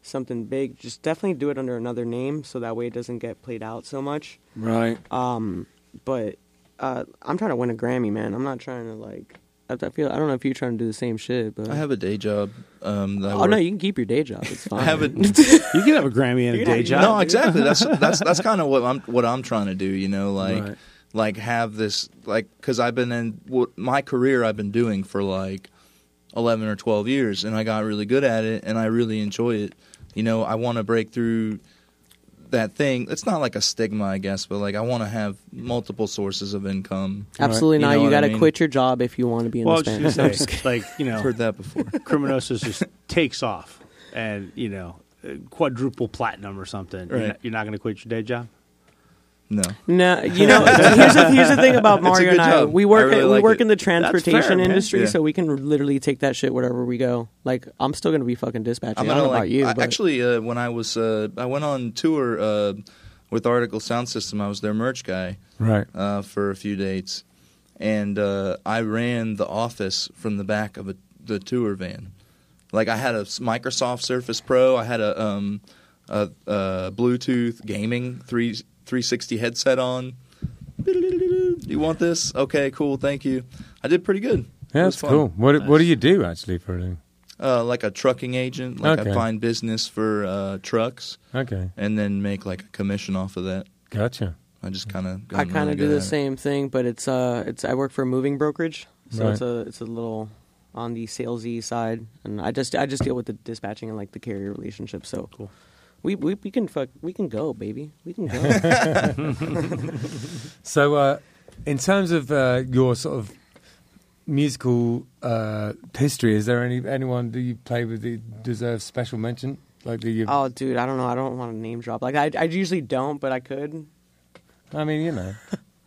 Speaker 4: something big, just definitely do it under another name so that way it doesn't get played out so much.
Speaker 1: Right.
Speaker 4: Um, but uh, I'm trying to win a Grammy, man. I'm not trying to like. I, I feel I don't know if you're trying to do the same shit, but
Speaker 3: I have a day job. Um, that I
Speaker 4: oh no,
Speaker 3: work-
Speaker 4: you can keep your day job. It's fine.
Speaker 3: I have a
Speaker 2: You can have a Grammy and a
Speaker 4: You're
Speaker 2: day
Speaker 4: not-
Speaker 2: job.
Speaker 3: no, exactly. That's that's that's kind of what I'm what I'm trying to do. You know, like
Speaker 1: Right.
Speaker 3: like have this like because I've been in what my career I've been doing for like eleven or twelve years, and I got really good at it, and I really enjoy it. You know, I want to break through that thing. It's not like a stigma, I guess, but like I want to have multiple sources of income.
Speaker 4: Absolutely
Speaker 3: Right.
Speaker 4: not.
Speaker 3: You know
Speaker 4: You,
Speaker 3: what I
Speaker 4: got to
Speaker 3: mean?
Speaker 4: quit your job if you want to be in
Speaker 2: well, I was just
Speaker 4: this band.
Speaker 2: gonna
Speaker 4: I'm
Speaker 2: say,
Speaker 4: just kidding.
Speaker 2: like you know,
Speaker 3: I've heard that before.
Speaker 2: Criminosis just takes off, and you know, quadruple platinum or something. You're
Speaker 3: Right.
Speaker 2: not, you're not going to quit your day job.
Speaker 3: No,
Speaker 4: No, you know, here's the, here's the thing about Mario
Speaker 3: good
Speaker 4: and I.
Speaker 3: job.
Speaker 4: We work
Speaker 3: I really
Speaker 4: at, we
Speaker 3: like
Speaker 4: work
Speaker 3: it.
Speaker 4: in the
Speaker 2: fair,
Speaker 4: transportation
Speaker 2: man.
Speaker 4: industry,
Speaker 3: Yeah.
Speaker 4: so we can literally take that shit wherever we go. Like, I'm still gonna be fucking dispatching. I don't know
Speaker 3: gonna,
Speaker 4: about you,
Speaker 3: I-
Speaker 4: but
Speaker 3: actually, uh, when I was uh, I went on tour uh, with Article Sound System, I was their merch guy.
Speaker 1: Right.
Speaker 3: uh, for a few dates, and uh, I ran the office from the back of a, the tour van. Like I had a s- Microsoft Surface Pro, I had a, um, a, a Bluetooth gaming three 360 headset on. Do you want this? Okay, cool, thank you. I did pretty good. It
Speaker 1: Yeah,
Speaker 3: was
Speaker 1: that's
Speaker 3: fun.
Speaker 1: cool. What
Speaker 2: Nice.
Speaker 1: what do you do actually for a living?
Speaker 3: Uh, like a trucking agent, like I
Speaker 1: Okay.
Speaker 3: find business for uh, trucks,
Speaker 1: Okay,
Speaker 3: and then make like a commission off of that.
Speaker 1: gotcha.
Speaker 3: I just kind of
Speaker 4: I kind of do the same thing, but it's uh, it's I work for a moving brokerage, so
Speaker 1: Right.
Speaker 4: it's a it's a little on the salesy side, and I just I just deal with the dispatching and like the carrier relationship. So
Speaker 2: Cool.
Speaker 4: we, we we can fuck we can go, baby, we can go.
Speaker 1: So, uh, in terms of uh, your sort of musical uh, history, is there any anyone that you play with that deserves special mention? Like the, you,
Speaker 4: oh, dude, I don't know, I don't want to name drop. Like I I usually don't, but I could.
Speaker 1: I mean, you know,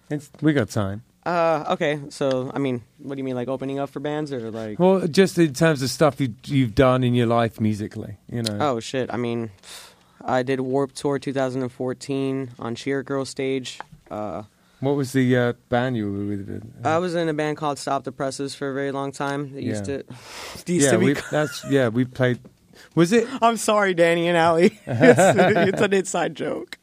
Speaker 1: it's, we got time.
Speaker 4: Uh, okay. So, I mean, what do you mean, like opening up for bands or like?
Speaker 1: Well, just in terms of stuff you, you've done in your life musically, you know.
Speaker 4: Oh shit! I mean, I did Warp Tour 2014 on Cheer Girl stage. Uh,
Speaker 1: What was the uh, band you were with?
Speaker 4: I was in a band called Stop the Presses for a very long time. They used
Speaker 1: Yeah.
Speaker 4: to, they used
Speaker 1: yeah,
Speaker 4: to be.
Speaker 1: we, that's yeah, we played. Was it?
Speaker 4: I'm sorry, Danny and Allie. it's, it's an inside joke.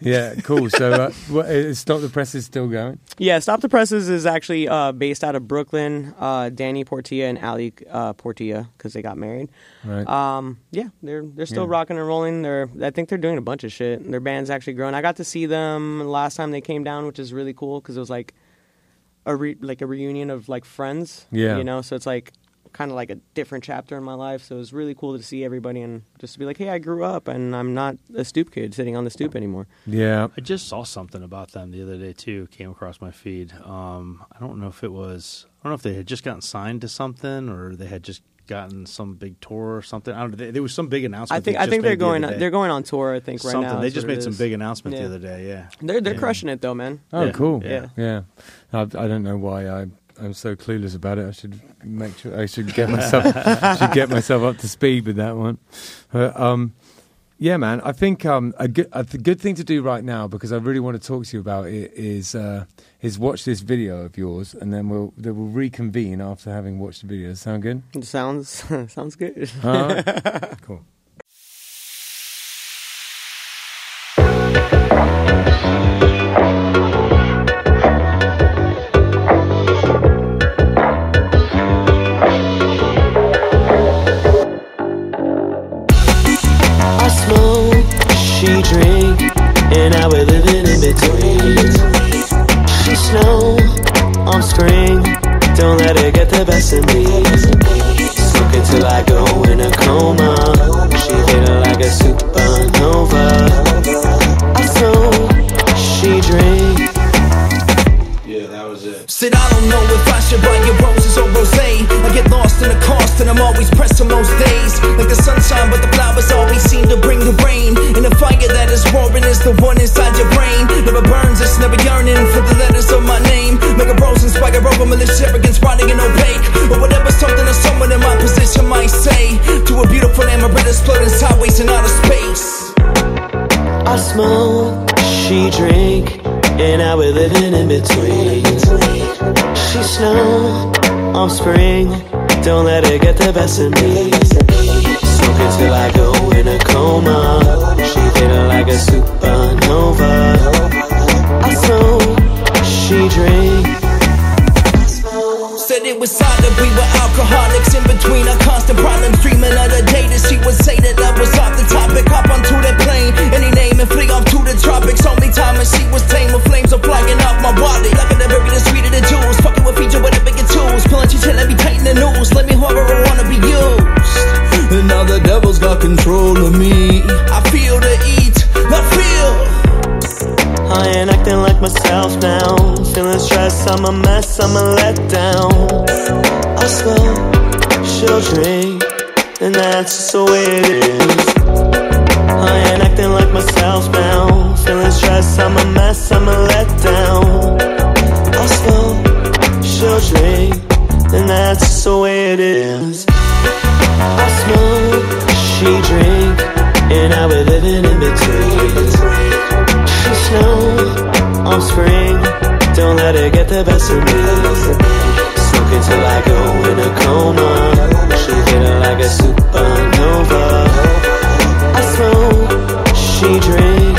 Speaker 1: Yeah, cool. So, uh, what, is Stop the Press is still going.
Speaker 4: Yeah, Stop the Presses is actually uh, based out of Brooklyn. Uh, Danny Portilla and Ali uh, Portilla because they got married.
Speaker 1: Right.
Speaker 4: Um, yeah, they're they're still
Speaker 1: Yeah.
Speaker 4: rocking and rolling. They're I think they're doing a bunch of shit. Their band's actually growing. I got to see them last time they came down, which is really cool because it was like a re- like a reunion of like friends.
Speaker 1: Yeah.
Speaker 4: you know, so it's like kind of like a different chapter in my life. So it was really cool to see everybody and just to be like, hey, I grew up and I'm not a stoop kid sitting on the stoop anymore.
Speaker 1: yeah.
Speaker 2: I just saw something about them the other day too. Came across my feed. Um, I don't know if it was. I don't know if they had just gotten signed to something or they had just gotten some big tour or something. I don't. know. There was some big announcement.
Speaker 4: I think
Speaker 2: they
Speaker 4: I
Speaker 2: just
Speaker 4: think
Speaker 2: made
Speaker 4: they're
Speaker 2: the other
Speaker 4: going
Speaker 2: day.
Speaker 4: they're going on tour. I think right
Speaker 2: something.
Speaker 4: now
Speaker 2: They
Speaker 4: That's
Speaker 2: just
Speaker 4: what it
Speaker 2: made some
Speaker 4: is.
Speaker 2: big announcement
Speaker 4: Yeah.
Speaker 2: the other day. Yeah.
Speaker 4: They're they're
Speaker 2: Yeah.
Speaker 4: crushing it though, man.
Speaker 1: Oh,
Speaker 2: Yeah,
Speaker 1: cool.
Speaker 4: yeah.
Speaker 1: Yeah. I, I don't know why I, I'm so clueless about it. I should make sure I should get myself should get myself up to speed with that one. But, um, yeah, man. I think um, a good a th- good thing to do right now because I really want to talk to you about it is uh, is watch this video of yours and then we'll then we'll reconvene after having watched the video. Sound good?
Speaker 4: It sounds sounds good.
Speaker 1: All right. cool.
Speaker 4: I smoke, she drink, and I we're living in between. She snow, I'm spring. Don't let her get the best of me. Smoke until I go in a coma.
Speaker 5: left, and I'm always pressed on those days. Like the sunshine, but the flowers always seem to bring the rain. And the fire that is roaring is the one inside your brain. Never burns, it's never yearning for the letters of my name. Make a rose inspire over militia against rotting and opaque. Or whatever something or someone in my position might say. To a beautiful amaretto's floating sideways in outer space.
Speaker 6: I smoke, she drink, and now we're living in between. She snow, I'm spring, don't let her get the best of me. Smoke it till I go in a coma, she hitting like a supernova. I smoke, she drink.
Speaker 5: Said it was solid, we were alcoholics in between our constant problems. Dreaming of the day that she would say that love was off the topic. Hop onto that plane, any name, and flee off to the tropics. Only time and she was tame with flames are flying off my wallet. Loving the very sweet of the jewels. Fucking with feature, whatever your tools. Pulling she said, let me tighten the noose. Let me hover, I wanna be used. And now the devil's got control of me. I feel the heat, I feel.
Speaker 6: I ain't acting like myself now. Feeling stressed, I'm a mess, I'm a letdown. I smoke, she'll drink, and that's just the way it is. I ain't acting like myself now. Feeling stressed, I'm a mess, I'm a letdown. I smoke, she'll drink, and that's just the way it is. I smoke, she drink, and now we're living in between. She snow, I'm spring, don't let her get the best of me. Smoke until I go in a coma, she hitting like a supernova. I smoke, she drink,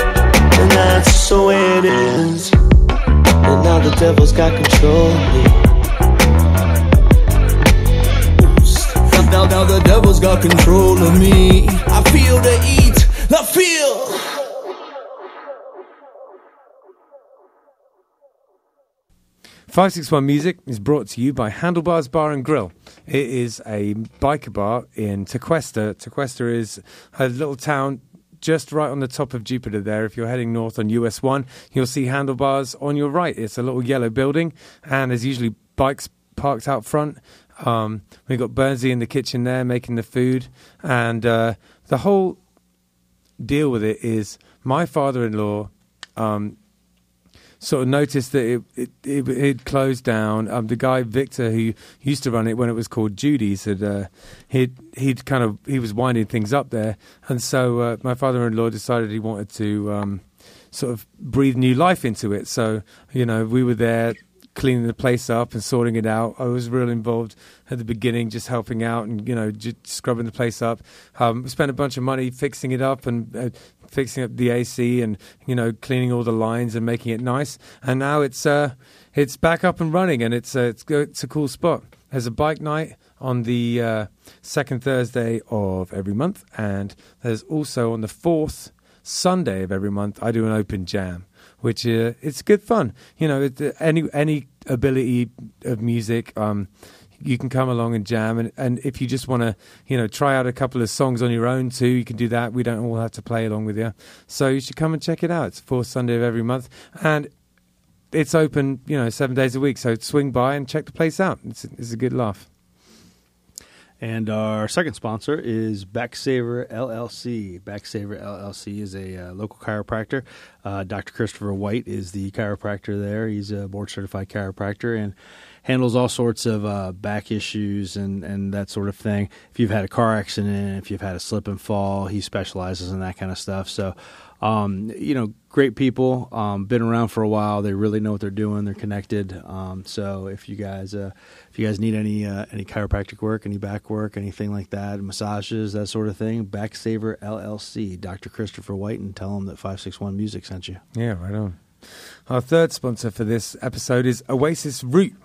Speaker 6: and that's just the way it is. And now the devil's got control of me.
Speaker 5: Now, now the devil's got control of me. I feel the heat, the feel.
Speaker 1: Five Six One Music is brought to you by Handlebars Bar and Grill. It is a biker bar in Tequesta. Tequesta is a little town just right on the top of Jupiter. There, if you're heading north on US One, you'll see Handlebars on your right. It's a little yellow building, and there's usually bikes parked out front. Um, we've got Bernsey in the kitchen there making the food, and uh, the whole deal with it is my father-in-law um, sort of noticed that it it, it, it closed down. Um, the guy Victor who used to run it when it was called Judy's had uh, he'd he'd kind of he was winding things up there, and so uh, my father-in-law decided he wanted to um, sort of breathe new life into it. So you know we were there cleaning the place up and sorting it out. I was real involved at the beginning, just helping out and you know just scrubbing the place up. Um, we spent a bunch of money fixing it up and uh, fixing up the AC and you know cleaning all the lines and making it nice. And now it's uh, it's back up and running and it's uh, it's go- it's a cool spot. There's a bike night on the uh, second Thursday of every month, and there's also on the fourth Sunday of every month I do an open jam which uh, it's good fun. You know, it, uh, any any ability of music, um, you can come along and jam, and, and if you just want to, you know, try out a couple of songs on your own too, you can do that. We don't all have to play along with you, so you should come and check it out. It's fourth Sunday of every month, and it's open, you know, seven days a week. So swing by and check the place out. It's it's a good laugh.
Speaker 2: And our second sponsor is Backsaver LLC. Backsaver LLC is a uh, local chiropractor. Uh, Dr. Christopher White is the chiropractor there. He's a board certified chiropractor and handles all sorts of uh, back issues and, and that sort of thing. If you've had a car accident, if you've had a slip and fall, he specializes in that kind of stuff. So, um, you know, great people, um, been around for a while. They really know what they're doing. They're connected. Um, so if you guys, uh, if you guys need any uh, any chiropractic work, any back work, anything like that, massages, that sort of thing, Backsaver LLC, Dr. Christopher White, and tell them that Five Six One Music sent you.
Speaker 1: Yeah, right on. Our third sponsor for this episode is Oasis Root.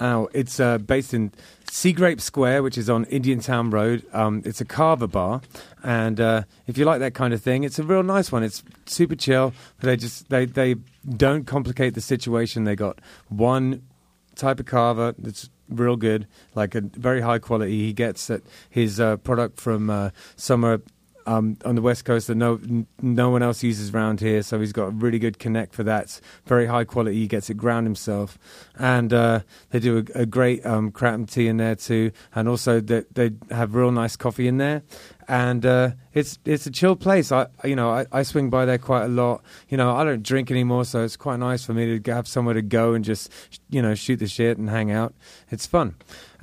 Speaker 1: Now, it's uh, based in Seagrape Square, which is on Indian Town Road. Um, it's a carver bar, and uh, if you like that kind of thing, it's a real nice one. It's super chill. They just they they don't complicate the situation. They got one type of carver that's real good, like a very high quality. He gets it, his uh, product from uh, somewhere um, on the West Coast that no n- no one else uses around here. So he's got a really good connect for that. It's very high quality. He gets it ground himself, and uh, they do a, a great um, Kratom tea in there too. And also that they, have real nice coffee in there. And uh, it's it's a chill place. I you know I, I swing by there quite a lot. You know I don't drink anymore, so it's quite nice for me to g- have somewhere to go and just you know shoot the shit and hang out. It's fun,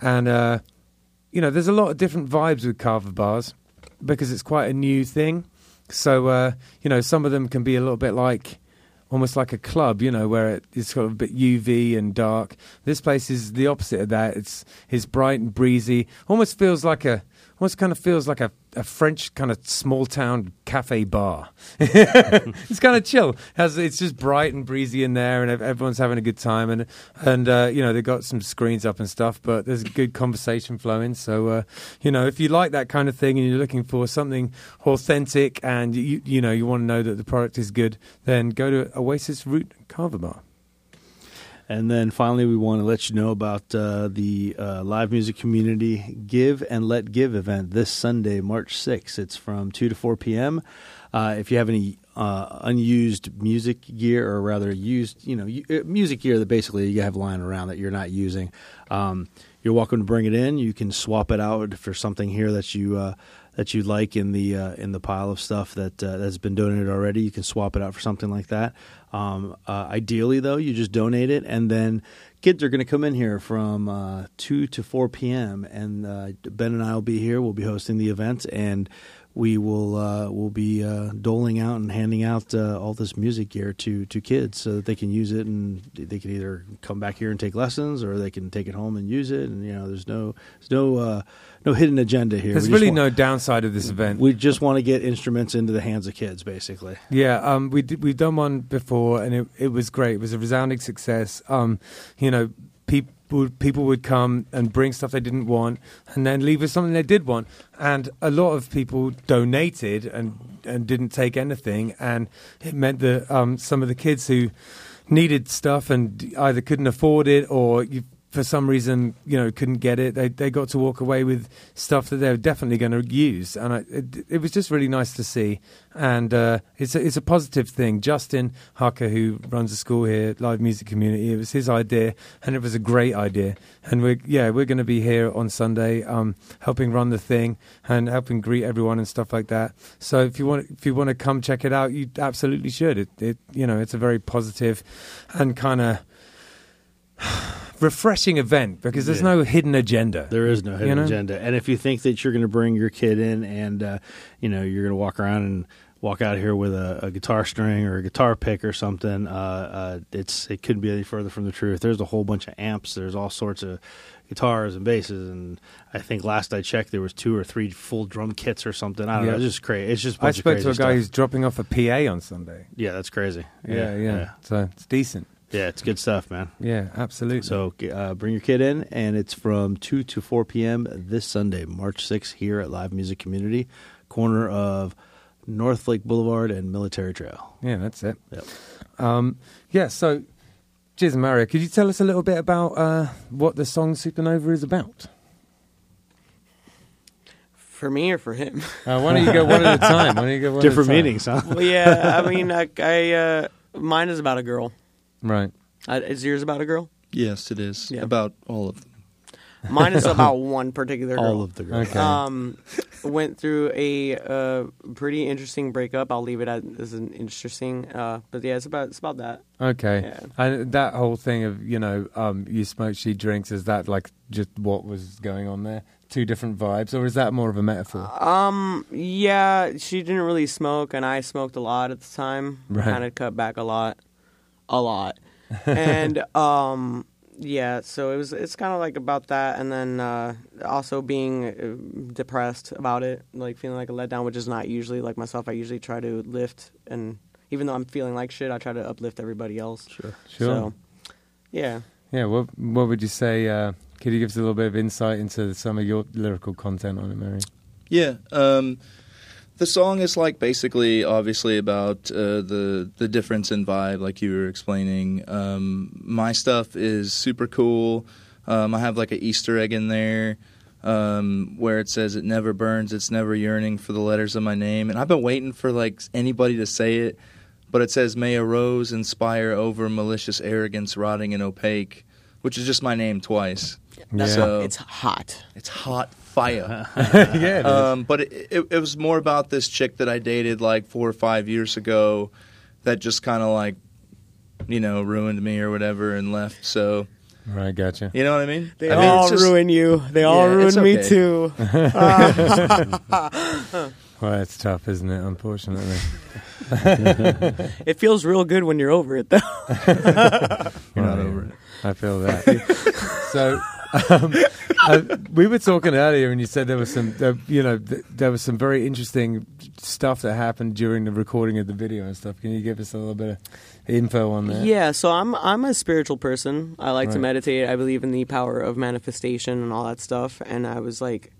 Speaker 1: and uh, you know, there's a lot of different vibes with carver bars because it's quite a new thing. So, uh, you know, some of them can be a little bit like almost like a club, you know, where it, it's sort of a bit UV and dark. This place is the opposite of that. It's, it's bright and breezy. Almost feels like a, almost kind of feels like a, a French kind of small town cafe bar. it's kind of chill. Has it's just bright and breezy in there, and ev- everyone's having a good time. And and uh, you know they've got some screens up and stuff, but there's good conversation flowing. So uh, you know if you like that kind of thing and you're looking for something authentic, and you you know you want to know that the product is good, then go to Oasis Root Carver Bar.
Speaker 2: And then finally, we want to let you know about uh, the uh, live music community Give and Let Give event this Sunday, March 6th. It's from 2 to 4 p.m. Uh, if you have any uh, unused music gear, or rather used, you know, u- uh, music gear that basically you have lying around that you're not using, um, you're welcome to bring it in. You can swap it out for something here that you uh, that you like in the uh, in the pile of stuff that uh, that's been donated already. You can swap it out for something like that. Um, uh, ideally, though, you just donate it, and then kids are going to come in here from uh, two to four p.m. and uh, Ben and I will be here. We'll be hosting the event, and we will uh, will be uh, doling out and handing out uh, all this music gear to to kids so that they can use it and they can either come back here and take lessons or they can take it home and use it. And you know, there's no there's no uh, no hidden agenda here.
Speaker 1: There's
Speaker 2: We just
Speaker 1: really
Speaker 2: want-
Speaker 1: no downside of this event.
Speaker 2: we just want to get instruments into the hands of kids, basically.
Speaker 1: Yeah, um, we did, we've done one before, and it, it was great. It was a resounding success. Um, you know, people people would come and bring stuff they didn't want, and then leave with something they did want. And a lot of people donated and and didn't take anything, and it meant that um, some of the kids who needed stuff and either couldn't afford it or you, for some reason, you know, couldn't get it. They they got to walk away with stuff that they were definitely going to use, and I, it, it was just really nice to see. And uh, it's a, it's a positive thing. Justin Hucker, who runs a school here, live music community, it was his idea, and it was a great idea. And we're yeah, we're going to be here on Sunday, um, helping run the thing and helping greet everyone and stuff like that. So if you want if you want to come check it out, you absolutely should. It, it you know, it's a very positive and kind of refreshing event because there's
Speaker 2: Yeah.
Speaker 1: no hidden agenda.
Speaker 2: There is no hidden
Speaker 1: You know?
Speaker 2: agenda. And if you think that you're going to bring your kid in and uh, you know you're going to walk around and walk out here with a, a guitar string or a guitar pick or something, uh, uh, it's it couldn't be any further from the truth. There's a whole bunch of amps. There's all sorts of guitars and basses, and I think last I checked there was two or three full drum kits or something. I don't
Speaker 1: Yeah.
Speaker 2: know. It's just crazy. It's just a
Speaker 1: I
Speaker 2: bunch
Speaker 1: spoke
Speaker 2: of
Speaker 1: to
Speaker 2: crazy
Speaker 1: a guy who's
Speaker 2: stuff.
Speaker 1: dropping off a PA on Sunday.
Speaker 2: yeah, that's crazy.
Speaker 1: Yeah, yeah. So it's decent.
Speaker 2: yeah. Yeah, it's good stuff, man.
Speaker 1: Yeah, absolutely.
Speaker 2: So uh, bring your kid in, and it's from 2 to 4 p.m. this Sunday, March 6th, here at Live Music Community, corner of North Lake Boulevard and Military Trail.
Speaker 1: yeah, that's it.
Speaker 2: Yep.
Speaker 1: Um, yeah, so, cheers, Mario. Could you tell us a little bit about uh, what the song Supernova is about?
Speaker 4: For me or for him?
Speaker 1: Uh, why don't you go one at a time? Why don't you go one
Speaker 2: Different
Speaker 1: at a time?
Speaker 2: meanings, huh?
Speaker 4: well, yeah. I mean, I, I uh, mine is about a girl.
Speaker 1: Right.
Speaker 4: I, is yours about a girl?
Speaker 3: Yes, it is.
Speaker 4: Yeah.
Speaker 3: About all of them.
Speaker 4: Mine is about one particular girl.
Speaker 2: All of the girls.
Speaker 1: Okay.
Speaker 4: um, went through a uh, pretty interesting breakup. I'll leave it at as an interesting. Uh, but yeah, it's about it's about that.
Speaker 1: Okay.
Speaker 4: Yeah.
Speaker 1: And that whole thing of, you know, um, you smoke, she drinks, is that like just what was going on there? Two different vibes, or is that more of a metaphor?
Speaker 4: Um, yeah, she didn't really smoke, and I smoked a lot at the time.
Speaker 1: Right.
Speaker 4: Kind of cut back a lot, a lot, and um, yeah. So it was it's kind of like about that, and then uh, also being uh, depressed about it, like feeling like a letdown, which is not usually like myself. I usually try to lift, and even though I'm feeling like shit, I try to uplift everybody else. Sure,
Speaker 1: Sure.
Speaker 4: So, yeah.
Speaker 1: Yeah, what what would you say? Uh, could you give us a little bit of insight into some of your lyrical content on it, Mary?
Speaker 3: Yeah. Um, the song is like basically, obviously, about uh, the the difference in vibe, like you were explaining. Um, my stuff is super cool. Um, I have like an Easter egg in there. um, where it says it never burns, it's never yearning for the letters of my name. And I've been waiting for like anybody to say it, but it says may a rose inspire over malicious arrogance, rotting and opaque, which is just my name twice.
Speaker 4: That's
Speaker 3: Yeah.
Speaker 4: it's hot.
Speaker 3: It's hot fire.
Speaker 2: yeah, it is.
Speaker 3: Um, but it, it, it was more about this chick that I dated like four or five years ago that just kind of like, you know, ruined me or whatever and left. So,
Speaker 1: Right, gotcha.
Speaker 3: you know what I mean?
Speaker 4: They
Speaker 3: I mean,
Speaker 4: all
Speaker 3: it's just-
Speaker 4: ruin you. They all
Speaker 3: Yeah,
Speaker 4: ruin
Speaker 3: it's
Speaker 4: me
Speaker 3: okay.
Speaker 4: too.
Speaker 1: Well, it's tough, isn't it? Unfortunately.
Speaker 4: It feels real good when you're over it, though.
Speaker 3: You're not
Speaker 1: Right.
Speaker 3: over it.
Speaker 1: Oh, I feel that. so um, I, we were talking earlier, and you said there was some, there, you know, th- there was some very interesting stuff that happened during the recording of the video and stuff. Can you give us a little bit of info on that?
Speaker 4: Yeah, so I'm I'm a spiritual person. I like to
Speaker 1: Right.
Speaker 4: meditate. I believe in the power of manifestation and all that stuff. And I was like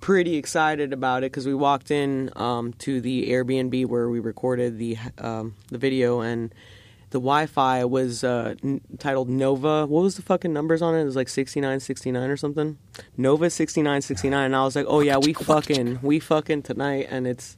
Speaker 4: pretty excited about it because we walked in um, to the Airbnb where we recorded the um, the video and. The Wi-Fi was uh, n- titled Nova. What was the fucking numbers on it? It was like sixty nine, sixty nine or something. Nova sixty nine, sixty nine. And I was like, oh yeah, we fucking, we fucking tonight. And it's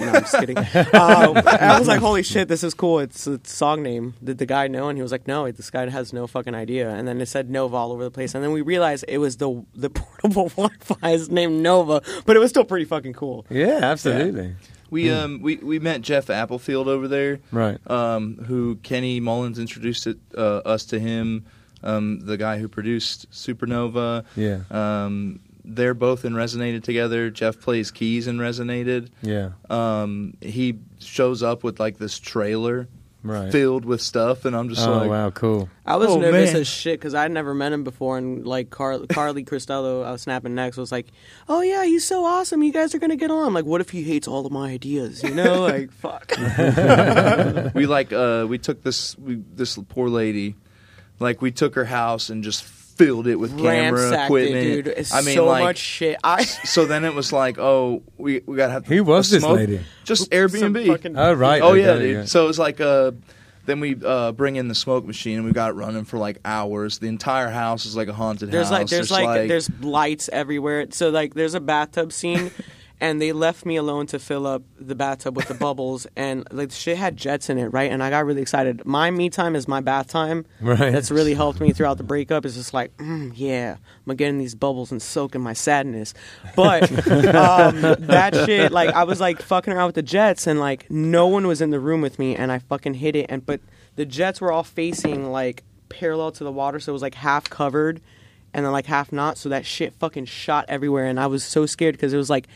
Speaker 4: no, I'm just kidding. Uh, I was like, "Holy shit, this is cool." It's a song name. Did the guy know? And he was like, "No, this guy has no fucking idea." And then it said Nova all over the place. And then we realized it was the the portable Wi-Fi is named Nova, but it was still pretty fucking cool.
Speaker 1: Yeah, absolutely.
Speaker 3: We, um, we, we met Jeff Applefield over there.
Speaker 1: Right.
Speaker 2: Uh,
Speaker 3: um, who Kenny Mullins introduced it, uh, us to him, um, the guy who produced Supernova.
Speaker 1: Yeah.
Speaker 2: uh,
Speaker 3: Um, they're both in Resonated together. Jeff plays keys in Resonated.
Speaker 1: yeah.
Speaker 2: uh,
Speaker 3: Um, he shows up with like this trailer
Speaker 1: Right.
Speaker 3: filled with stuff, and I'm just
Speaker 1: oh
Speaker 3: like,
Speaker 1: wow, cool.
Speaker 4: I was
Speaker 3: Oh,
Speaker 4: nervous
Speaker 3: man.
Speaker 4: as shit because I'd never met him before, and like Car- Carly Cristello, I was snapping next was like, "Oh yeah, he's so awesome. You guys are gonna get on." I'm like, what if he hates all of my ideas? You know, like fuck.
Speaker 3: we like uh, we took this we, this poor lady, like we took her house and just filled it with camera
Speaker 4: Ransacked it,
Speaker 3: equipment.
Speaker 4: dude. It's
Speaker 3: I mean,
Speaker 4: so
Speaker 3: like,
Speaker 4: much shit. I.
Speaker 3: So then it was like, oh, we we gotta have.
Speaker 1: Who was
Speaker 3: a
Speaker 1: this
Speaker 3: smoke-
Speaker 1: lady?
Speaker 3: Just
Speaker 4: Some
Speaker 3: Airbnb.
Speaker 4: fucking-
Speaker 1: Oh right.
Speaker 3: Oh
Speaker 1: okay,
Speaker 3: yeah, dude. So it was like uh then we uh bring in the smoke machine and we got it running for like hours. The entire house is like a haunted
Speaker 4: There's
Speaker 3: house.
Speaker 4: like there's like, there's lights everywhere. So like there's a bathtub scene and they left me alone to fill up the bathtub with the bubbles and like the shit had jets in it, right? And I got really excited. My me time is my bath time.
Speaker 1: Right.
Speaker 4: That's really helped me throughout the breakup. It's just like, mm, yeah, I'm gonna get in these bubbles and soak in my sadness. But um, that shit, like I was like fucking around with the jets and like no one was in the room with me and I fucking hit it and but the jets were all facing like parallel to the water, so it was like half covered and then like half not. So that shit fucking shot everywhere, and I was so scared because it was like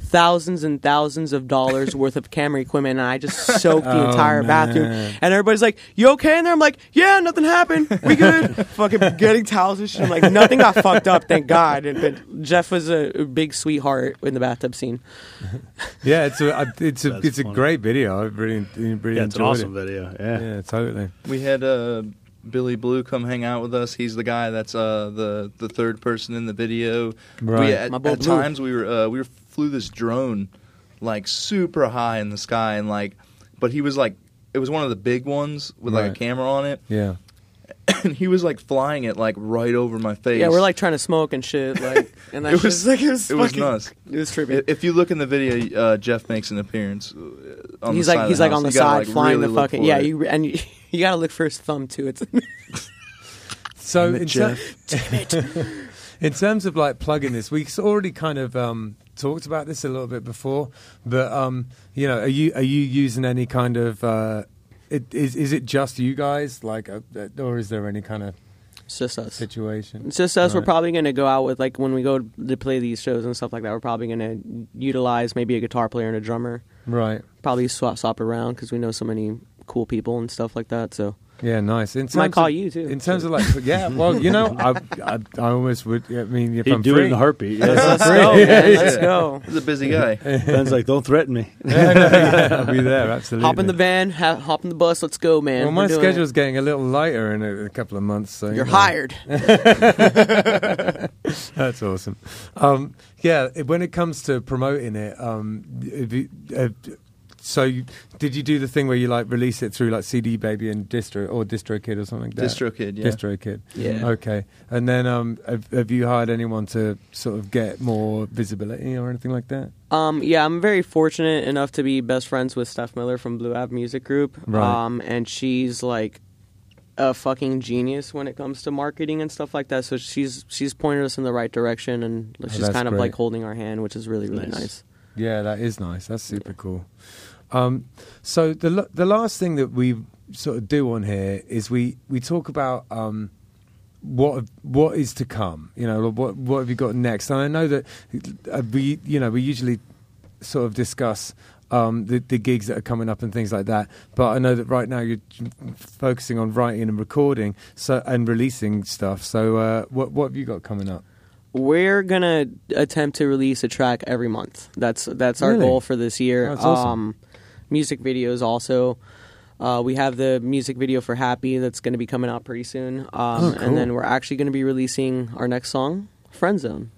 Speaker 4: thousands and thousands of dollars worth of camera equipment, and I just soaked the
Speaker 1: Oh,
Speaker 4: entire bathroom.
Speaker 1: man.
Speaker 4: And everybody's like, "You okay in there?" I'm like, "Yeah, nothing happened. We good." fucking getting towels and shit. Like nothing got fucked up, thank God. And, but Jeff was a big sweetheart in the bathtub scene.
Speaker 1: yeah, it's a I- it's a
Speaker 2: That's
Speaker 1: it's a
Speaker 2: funny.
Speaker 1: great video. I really really
Speaker 2: yeah, it's an
Speaker 1: enjoyed
Speaker 2: awesome
Speaker 1: it.
Speaker 2: video. Yeah.
Speaker 1: Yeah, totally.
Speaker 3: we had uh Billy Blue come hang out with us. He's the guy that's uh the the third person in the video.
Speaker 1: Right.
Speaker 3: We, at
Speaker 4: My boy
Speaker 3: at
Speaker 4: Blue.
Speaker 3: times we were uh, we were, flew this drone like super high in the sky and like but he was like it was one of the big ones with like
Speaker 1: Right.
Speaker 3: a camera on it
Speaker 1: Yeah.
Speaker 3: and he was like flying it like right over my face.
Speaker 4: Yeah, we're like trying to smoke and shit. Like, and that
Speaker 3: It
Speaker 4: shit
Speaker 3: was-
Speaker 4: was like it was
Speaker 3: it was
Speaker 4: fucking-
Speaker 3: nuts.
Speaker 4: It was trippy.
Speaker 3: I- If you look in the video, uh, Jeff makes an appearance. uh, On
Speaker 4: he's
Speaker 3: the
Speaker 4: like
Speaker 3: side
Speaker 4: he's like
Speaker 3: of the house.
Speaker 4: on the
Speaker 3: You gotta,
Speaker 4: side
Speaker 3: like,
Speaker 4: flying
Speaker 3: really
Speaker 4: the
Speaker 3: look
Speaker 4: fucking
Speaker 3: for
Speaker 4: yeah.
Speaker 3: it.
Speaker 4: You and you, you got to look for his thumb too. It's
Speaker 1: So in, ter- in terms of like plugging this, we s- already kind of um, talked about this a little bit before, but um, you know, are you are you using any kind of uh, it, is is it just you guys like, uh, uh, or is there any kind of
Speaker 4: it's just us.
Speaker 1: situation?
Speaker 4: It's just us. We're
Speaker 1: Right.
Speaker 4: probably going to go out with like when we go to play these shows and stuff like that. We're probably going to utilize maybe a guitar player and a drummer.
Speaker 1: right.
Speaker 4: Probably swap swap around because we know so many cool people and stuff like that. So
Speaker 1: Yeah, nice. In terms
Speaker 4: Might call
Speaker 1: of-
Speaker 4: you, too.
Speaker 1: In terms of like, yeah, well, you know, I, I, I almost would. I mean, if
Speaker 2: He'd
Speaker 1: I'm
Speaker 2: do it
Speaker 1: free,
Speaker 2: in a heartbeat. Yeah.
Speaker 4: let's go. man. Let's go.
Speaker 3: He's a busy guy.
Speaker 2: Ben's like, don't threaten me.
Speaker 1: I'll be there. Absolutely.
Speaker 4: Hop in the van. Ha- hop in the bus. Let's go, man.
Speaker 1: Well, my
Speaker 4: We're doing
Speaker 1: schedule's
Speaker 4: it.
Speaker 1: getting a little lighter in a, a couple of months. So you
Speaker 4: You're
Speaker 1: know.
Speaker 4: hired.
Speaker 1: That's awesome. Um, yeah, it- when it comes to promoting it, um, if you- uh, so you, did you do the thing where you like release it through like CD Baby and Distro or Distro Kid or something like that?
Speaker 3: DistroKid, yeah.
Speaker 1: Distro Kid.
Speaker 3: Yeah.
Speaker 1: Okay. And then um, have, have you hired anyone to sort of get more visibility or anything like that?
Speaker 4: Um, yeah, I'm very fortunate enough to be best friends with Steph Miller from Blue Ave Music Group.
Speaker 1: Right.
Speaker 4: Um, and she's like a fucking genius when it comes to marketing and stuff like that. So she's she's pointed us in the right direction, and she's
Speaker 1: that's
Speaker 4: kind of
Speaker 1: great.
Speaker 4: like holding our hand, which is really really
Speaker 2: Nice.
Speaker 4: nice.
Speaker 1: Yeah, that is nice. That's super cool. Um, so the l- the last thing that we sort of do on here is we we talk about um, what what is to come. You know, what what have you got next? And I know that uh, we you know we usually sort of discuss. Um, the, the gigs that are coming up and things like that, but I know that right now you're focusing on writing and recording, so and releasing stuff. So, uh, what what have you got coming up?
Speaker 4: We're gonna attempt to release a track every month. That's that's our
Speaker 1: Really?
Speaker 4: goal for this year.
Speaker 1: That's awesome.
Speaker 4: Um, music videos also. Uh, we have the music video for Happy that's going to be coming out pretty soon, um,
Speaker 1: Oh, cool.
Speaker 4: and then we're actually going to be releasing our next song, Friend Zone.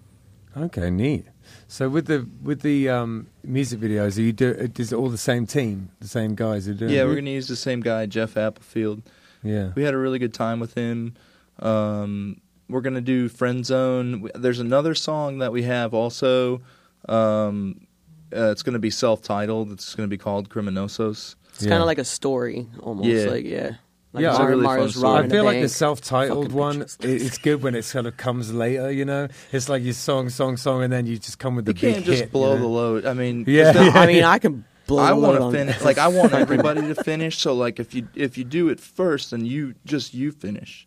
Speaker 1: Okay, neat. So with the with the um, music videos, are you do is it all the same team, the same guys who do?
Speaker 3: Yeah,
Speaker 1: it?
Speaker 3: we're going to use the same guy, Jeff Applefield.
Speaker 1: yeah.
Speaker 3: We had a really good time with him. Um, we're gonna do Friend Zone. W- There's another song that we have also. Um, uh, it's gonna be self-titled. It's gonna be called Criminosos.
Speaker 4: It's
Speaker 1: Yeah.
Speaker 4: kind of like a story almost.
Speaker 3: Yeah.
Speaker 4: Like yeah, like
Speaker 1: Yeah, it's a
Speaker 4: Mario,
Speaker 3: really
Speaker 4: Mario's
Speaker 3: fun
Speaker 4: robbing
Speaker 3: story.
Speaker 1: I
Speaker 4: a
Speaker 1: feel like
Speaker 4: bank.
Speaker 1: the self-titled
Speaker 4: Fucking
Speaker 1: one.
Speaker 4: bitches.
Speaker 1: i- It's good when it sort of comes later, you know. It's like your song, song, song, and then you just come with the
Speaker 3: You can't
Speaker 1: big
Speaker 3: just
Speaker 1: hit,
Speaker 3: blow
Speaker 1: you know?
Speaker 3: the load. I mean,
Speaker 1: Yeah.
Speaker 3: there's
Speaker 4: I mean, I can. Blow
Speaker 3: I
Speaker 4: the
Speaker 3: want
Speaker 4: load
Speaker 3: to
Speaker 4: on
Speaker 3: finish.
Speaker 4: that.
Speaker 3: Like I want everybody to finish. So like if you if you do it first, then you just you finish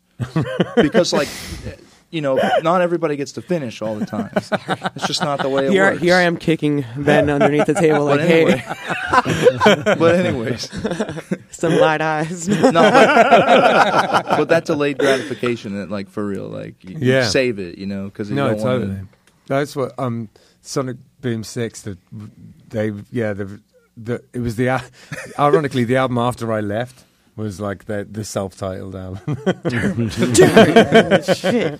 Speaker 3: because like. You know, not everybody gets to finish all the time. It's just not the way it
Speaker 4: Here,
Speaker 3: works.
Speaker 4: here I am kicking Ben underneath the table
Speaker 3: But
Speaker 4: like,
Speaker 3: anyway,
Speaker 4: hey,
Speaker 3: but anyways,
Speaker 4: some light eyes.
Speaker 3: no, but, but that delayed gratification, that, like for real, like you, you
Speaker 1: Yeah.
Speaker 3: save it, you know, because
Speaker 1: No,
Speaker 3: don't wanna-
Speaker 1: totally. That's what um, Sonic Boom Six. That they, yeah, the, the it was the al- ironically the album after I left was like the the self-titled album.
Speaker 4: Shit.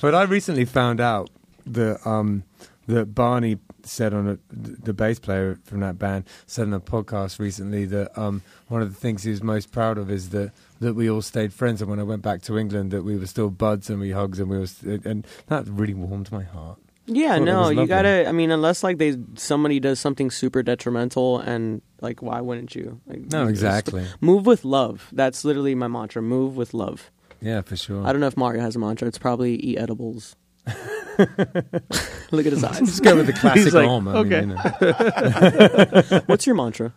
Speaker 1: But I recently found out that um, that Barney said on a, the bass player from that band said on a podcast recently that um, one of the things he was most proud of is that that we all stayed friends, and when I went back to England, that we were still buds and we hugs and we were, st- and that really warmed my heart.
Speaker 4: yeah,
Speaker 1: Thought that
Speaker 4: no,
Speaker 1: was
Speaker 4: you
Speaker 1: lovely.
Speaker 4: gotta. I mean, unless like they somebody does something super detrimental, and like, why wouldn't you? Like,
Speaker 1: No,
Speaker 4: just
Speaker 1: exactly.
Speaker 4: Move with love. That's literally my mantra. Move with love.
Speaker 1: Yeah, for sure.
Speaker 4: I don't know if Mario has a mantra. It's probably eat edibles. Look at his eyes.
Speaker 1: Let's go with the classic
Speaker 2: like,
Speaker 1: arm. I
Speaker 2: okay.
Speaker 1: mean, you know.
Speaker 4: What's your mantra?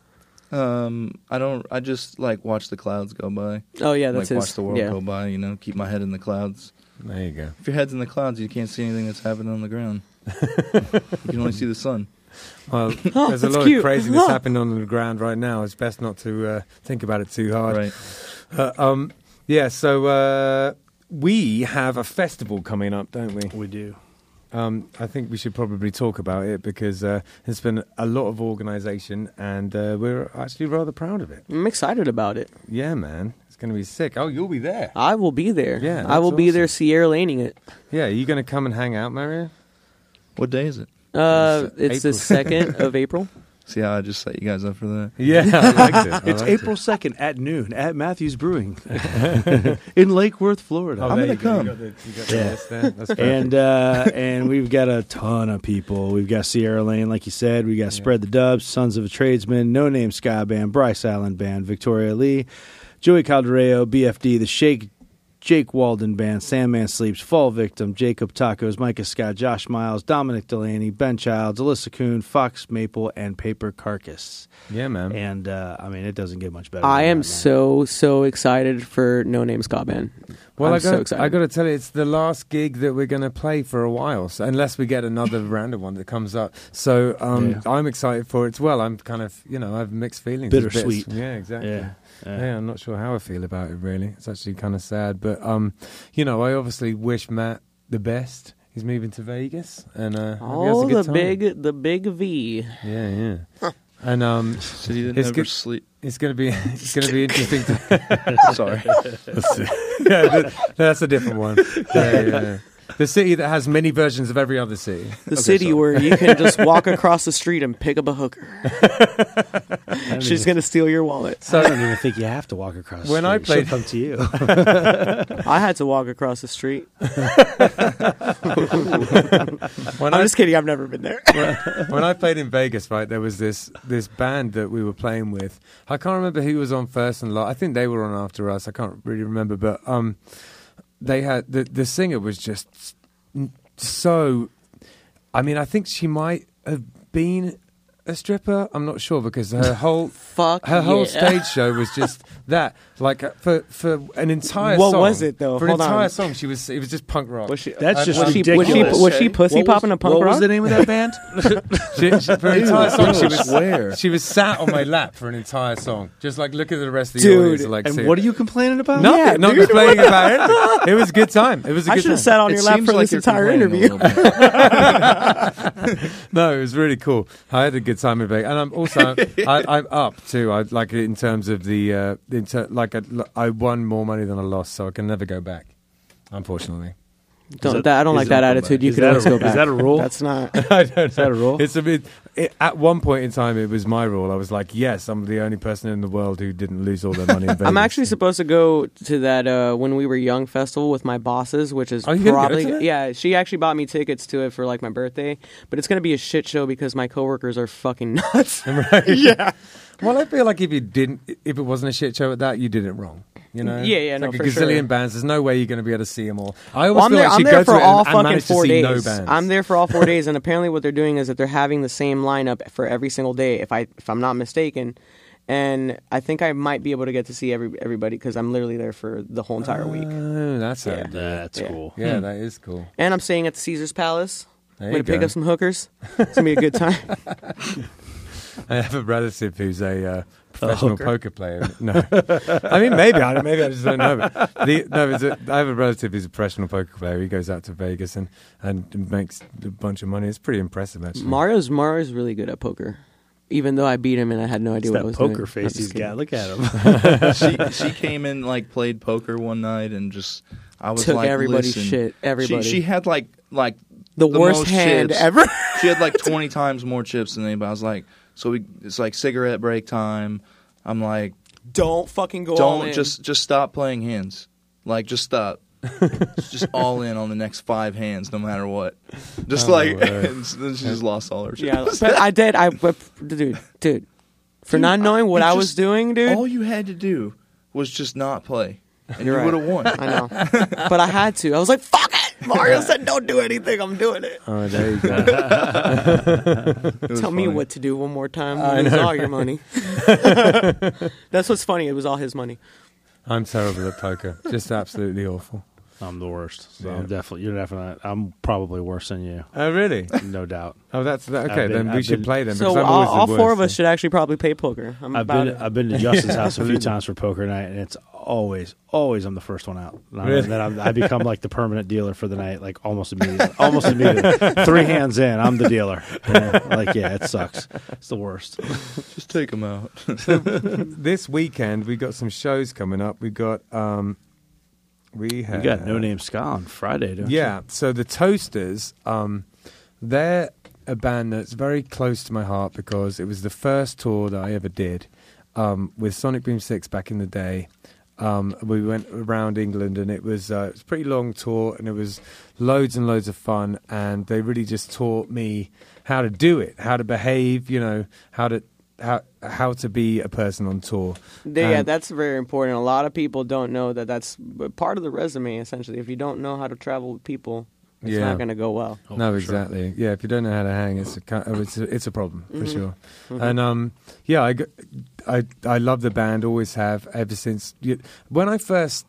Speaker 3: Um, I don't. I just like watch the clouds go by.
Speaker 4: Oh yeah, that's
Speaker 3: like
Speaker 4: his.
Speaker 3: watch the world
Speaker 4: yeah.
Speaker 3: go by. You know, keep my head in the clouds.
Speaker 1: There you go.
Speaker 3: If your head's in the clouds, you can't see anything that's happening on the ground. you can only see the sun.
Speaker 1: Well, there's a
Speaker 4: that's
Speaker 1: lot
Speaker 4: cute.
Speaker 1: of craziness
Speaker 4: Oh.
Speaker 1: happening on the ground right now. It's best not to uh, think about it too hard.
Speaker 3: Right.
Speaker 1: Uh, um, yeah, so uh, we have a festival coming up, don't we?
Speaker 2: We do.
Speaker 1: Um, I think we should probably talk about it because uh, there's been a lot of organisation and uh, we're actually rather proud of it.
Speaker 4: I'm excited about it.
Speaker 1: Yeah, man. It's going to be sick. Oh, you'll be there.
Speaker 4: I will be there.
Speaker 1: Yeah,
Speaker 4: I will
Speaker 1: that's
Speaker 4: be there.
Speaker 1: awesome.
Speaker 4: Sierra laning it.
Speaker 1: Yeah, are you going to come and hang out, Mario?
Speaker 3: What day is it?
Speaker 4: Uh,
Speaker 1: It's
Speaker 4: it's the
Speaker 1: April.
Speaker 4: second of April.
Speaker 3: See how I just set you guys up for that.
Speaker 1: Yeah, I liked it. I liked
Speaker 2: It's
Speaker 1: it.
Speaker 2: April second at noon at Matthews Brewing in Lake Worth, Florida.
Speaker 1: Oh,
Speaker 3: I'm
Speaker 1: there
Speaker 3: gonna
Speaker 1: you go.
Speaker 3: come.
Speaker 1: You got the, you got the
Speaker 2: Yeah.
Speaker 1: list there. That's perfect.
Speaker 2: and uh, and we've got a ton of people. We've got Sierra Lane, like you said. We got Spread the Dubs, Sons of a Tradesman, No Name Sky Band, Bryce Allen Band, Victoria Lee, Joey Caldereo, BFD, The Shake, Jake Walden Band, Sandman Sleeps, Fall Victim, Jacob Tacos, Micah Scott, Josh Miles, Dominic Delaney, Ben Childs, Alyssa Kuhn, Fox Maple, and Paper Carcass.
Speaker 1: yeah, man.
Speaker 2: And uh, I mean, it doesn't get much better.
Speaker 4: I
Speaker 2: than
Speaker 4: am
Speaker 2: that, man.
Speaker 4: so so excited for No Name Ska Band.
Speaker 1: Well,
Speaker 4: I'm
Speaker 1: I got,
Speaker 4: so excited.
Speaker 1: I got to tell you, it's the last gig that we're going to play for a while, so, unless we get another random one that comes up. So um,
Speaker 2: Yeah.
Speaker 1: I'm excited for it as well. I'm kind of, you know, I have mixed feelings. It's a bit-
Speaker 2: Bittersweet.
Speaker 1: yeah, exactly.
Speaker 2: Yeah.
Speaker 1: Yeah.
Speaker 2: yeah.
Speaker 1: I'm not sure how I feel about it. Really, it's actually kind of sad. But um, you know, I obviously wish Matt the best. He's moving to Vegas, and uh, hope he has a
Speaker 4: Oh,
Speaker 1: good
Speaker 4: the
Speaker 1: time.
Speaker 4: big the big V.
Speaker 1: yeah, yeah. And um,
Speaker 3: So you
Speaker 1: It's
Speaker 3: never
Speaker 1: good-
Speaker 3: sleep.
Speaker 1: it's gonna be it's gonna be interesting. To,
Speaker 3: Sorry.
Speaker 1: yeah, that- that's a different one. Yeah, yeah, yeah. The city that has many versions of every other city.
Speaker 4: The city where you can just walk across the street and pick up a hooker. She's gonna steal your wallet.
Speaker 2: I don't even think you have to walk across. the
Speaker 1: When I
Speaker 2: street. She'll
Speaker 1: played-
Speaker 2: come to you.
Speaker 4: I had to walk across the street.
Speaker 1: When
Speaker 4: I'm
Speaker 1: I,
Speaker 4: just kidding. I've never been there.
Speaker 1: when I played in Vegas, right, there was this this band that we were playing with. I can't remember who was on first and last. I think they were on after us. I can't really remember, but um, they had the the singer was just so. I mean, I think she might have been a stripper. I'm not sure because her whole
Speaker 4: Fuck
Speaker 1: her whole
Speaker 4: yeah.
Speaker 1: stage show was just that. Like uh, for for an entire
Speaker 4: What
Speaker 1: song-
Speaker 4: was it, though?
Speaker 1: For
Speaker 4: Hold
Speaker 1: an entire
Speaker 4: on.
Speaker 1: song, she was it was just punk rock.
Speaker 4: Was she-
Speaker 2: That's
Speaker 1: Uh,
Speaker 2: just
Speaker 1: was
Speaker 4: she- was she-
Speaker 2: ridiculous.
Speaker 4: was she pussy
Speaker 2: What was-
Speaker 4: popping a punk
Speaker 2: What
Speaker 4: rock?
Speaker 2: was the name of that band?
Speaker 1: She, she, for an entire song, she was
Speaker 3: Where?
Speaker 1: She was sat on my lap for an entire song, just like look at the rest of the
Speaker 4: Dude,
Speaker 1: audience. and, Like,
Speaker 2: and
Speaker 1: see
Speaker 2: what
Speaker 1: it.
Speaker 2: are you complaining about?
Speaker 1: Nothing,
Speaker 4: Yeah,
Speaker 1: not
Speaker 4: dude,
Speaker 1: complaining about it. It was a good time. It was a
Speaker 4: I
Speaker 1: good
Speaker 4: should
Speaker 1: time.
Speaker 4: have sat on your lap for this
Speaker 3: you're
Speaker 4: entire
Speaker 3: complaining a
Speaker 4: interview.
Speaker 3: little bit.
Speaker 1: No, it was really cool. I had a good time in Vegas, and I'm also I, I'm up too. I like it in terms of the uh, in ter- like I, I won more money than I lost, so I can never go back. Unfortunately,
Speaker 4: Don't,
Speaker 2: that-
Speaker 4: that, I don't
Speaker 2: is
Speaker 4: like
Speaker 2: that
Speaker 4: that
Speaker 2: a-
Speaker 4: attitude. You
Speaker 2: is
Speaker 4: could
Speaker 2: that a-
Speaker 4: always go
Speaker 2: is
Speaker 4: back.
Speaker 2: that a rule?
Speaker 4: That's not.
Speaker 1: I don't know.
Speaker 2: Is that a rule?
Speaker 1: It's a bit. It, at one point in time, it was my rule. I was like, yes, I'm the only person in the world who didn't lose all their money. In Vegas.
Speaker 4: I'm actually supposed to go to that uh, when we were young festival with my bosses, which is
Speaker 1: Are you gonna go
Speaker 4: probably
Speaker 1: to that?
Speaker 4: yeah. She actually bought me tickets to it for like my birthday, but it's gonna be a shit show because my coworkers are fucking nuts.
Speaker 1: yeah. Well, I feel like if you didn't, if it wasn't a shit show at that, you did it wrong. You know?
Speaker 4: Yeah, yeah,
Speaker 1: It's
Speaker 4: no,
Speaker 1: like
Speaker 4: for
Speaker 1: a gazillion
Speaker 4: sure.
Speaker 1: bands. There's no way you're going to be able to see them all. I always
Speaker 4: Well, I'm
Speaker 1: feel
Speaker 4: there,
Speaker 1: like
Speaker 4: I'm
Speaker 1: you
Speaker 4: there
Speaker 1: go
Speaker 4: for
Speaker 1: to it
Speaker 4: all
Speaker 1: and, and
Speaker 4: fucking
Speaker 1: manage
Speaker 4: four
Speaker 1: to see
Speaker 4: days.
Speaker 1: no bands.
Speaker 4: I'm there for all four days, and apparently what they're doing is that they're having the same lineup for every single day. If I if I'm not mistaken, and I think I might be able to get to see every everybody because I'm literally there for the whole entire week.
Speaker 1: Oh, that's yeah.
Speaker 2: That's
Speaker 4: Yeah. Hmm.
Speaker 2: cool.
Speaker 1: yeah, that is cool.
Speaker 4: And I'm staying at the Caesar's Palace.
Speaker 1: There
Speaker 4: I'm
Speaker 1: you
Speaker 4: gonna pick
Speaker 1: go.
Speaker 4: up some hookers. It's gonna be a good time.
Speaker 1: I have a relative who's a uh, professional poker player. No, I mean maybe I maybe I just don't know. The, no, it's a, I have a relative who's a professional poker player. He goes out to Vegas and and makes a bunch of money. It's pretty impressive actually.
Speaker 4: Mario's Mario's really good at poker. Even though I beat him and I had no
Speaker 2: It's
Speaker 4: idea what I
Speaker 2: that
Speaker 4: was
Speaker 2: poker
Speaker 4: doing. I'm
Speaker 2: face
Speaker 4: just
Speaker 2: he's
Speaker 4: kidding.
Speaker 2: got. Look at him.
Speaker 3: she she came in like played poker one night and just I was
Speaker 4: Took
Speaker 3: like
Speaker 4: everybody's
Speaker 3: listen.
Speaker 4: shit, everybody.
Speaker 3: She, she had like like
Speaker 4: The worst
Speaker 3: most
Speaker 4: hand
Speaker 3: chips.
Speaker 4: ever.
Speaker 3: she had like twenty times more chips than anybody. I was like, so we it's like cigarette break time. I'm like,
Speaker 4: Don't fucking go all
Speaker 3: don't
Speaker 4: in.
Speaker 3: just just stop playing hands. Like just stop. It's just all in on the next five hands, no matter what. Just
Speaker 1: Oh,
Speaker 3: like
Speaker 1: my word.
Speaker 3: and then she just lost all her. chips.
Speaker 4: Yeah, but I did. I but, dude, dude, for not knowing what
Speaker 3: You
Speaker 4: I
Speaker 3: just-
Speaker 4: was doing, dude.
Speaker 3: All you had to do was just not play, and
Speaker 4: You're right.
Speaker 3: you would have won.
Speaker 4: I know, but I had to. I was like, "Fuck it!" Mario said, "Don't do anything." I'm doing it.
Speaker 1: Oh, there you go.
Speaker 3: It was
Speaker 4: Tell me
Speaker 3: funny.
Speaker 4: what to do one more time. It was all your money. That's what's funny. It was all his money.
Speaker 1: I'm terrible at poker. Just absolutely awful.
Speaker 2: I'm the worst. So
Speaker 1: Yeah.
Speaker 2: I'm definitely you're definitely I'm probably worse than you,
Speaker 1: Oh, really?
Speaker 2: no doubt.
Speaker 1: Oh, that's that,
Speaker 2: I've
Speaker 1: okay.
Speaker 2: been-
Speaker 1: then we
Speaker 2: I've
Speaker 1: should
Speaker 2: been-
Speaker 1: play them.
Speaker 4: so
Speaker 1: because I'm
Speaker 4: all,
Speaker 1: always the
Speaker 4: all four
Speaker 1: worst.
Speaker 4: of us should actually probably play poker. I'm
Speaker 2: I've
Speaker 4: about
Speaker 2: been
Speaker 4: it.
Speaker 2: I've been to Justin's house a few times for poker night, and it's always always I'm the first one out. And I'm-
Speaker 1: Really?
Speaker 2: then I'm, I become like the permanent dealer for the night, like almost immediately. almost immediately, three hands in, I'm the dealer. Yeah, like yeah, it sucks. It's the worst.
Speaker 3: Just take them out.
Speaker 1: this weekend we got some shows coming up. We got um, we have
Speaker 2: You got no name ska on Friday, don't
Speaker 1: Yeah. So the Toasters, um, they're a band that's very close to my heart because it was the first tour that I ever did um, with Sonic Boom Six back in the day. Um, we went around England and it was uh, it was a pretty long tour and it was loads and loads of fun and they really just taught me how to do it, how to behave, you know, how to how how to be a person on tour.
Speaker 4: They- yeah,
Speaker 1: And-
Speaker 4: that's very important. A lot of people don't know that that's b- part of the resume, essentially. If you don't know how to travel with people, it's
Speaker 1: Yeah.
Speaker 4: not going to go well.
Speaker 2: you?
Speaker 1: no,
Speaker 2: for sure.
Speaker 1: exactly. Yeah, if you don't know how to hang, it's a ki- oh, it's a, it's a problem
Speaker 4: Mm-hmm.
Speaker 1: for sure. And um, yeah, I, g- I I love the band. Always have ever since you, when I first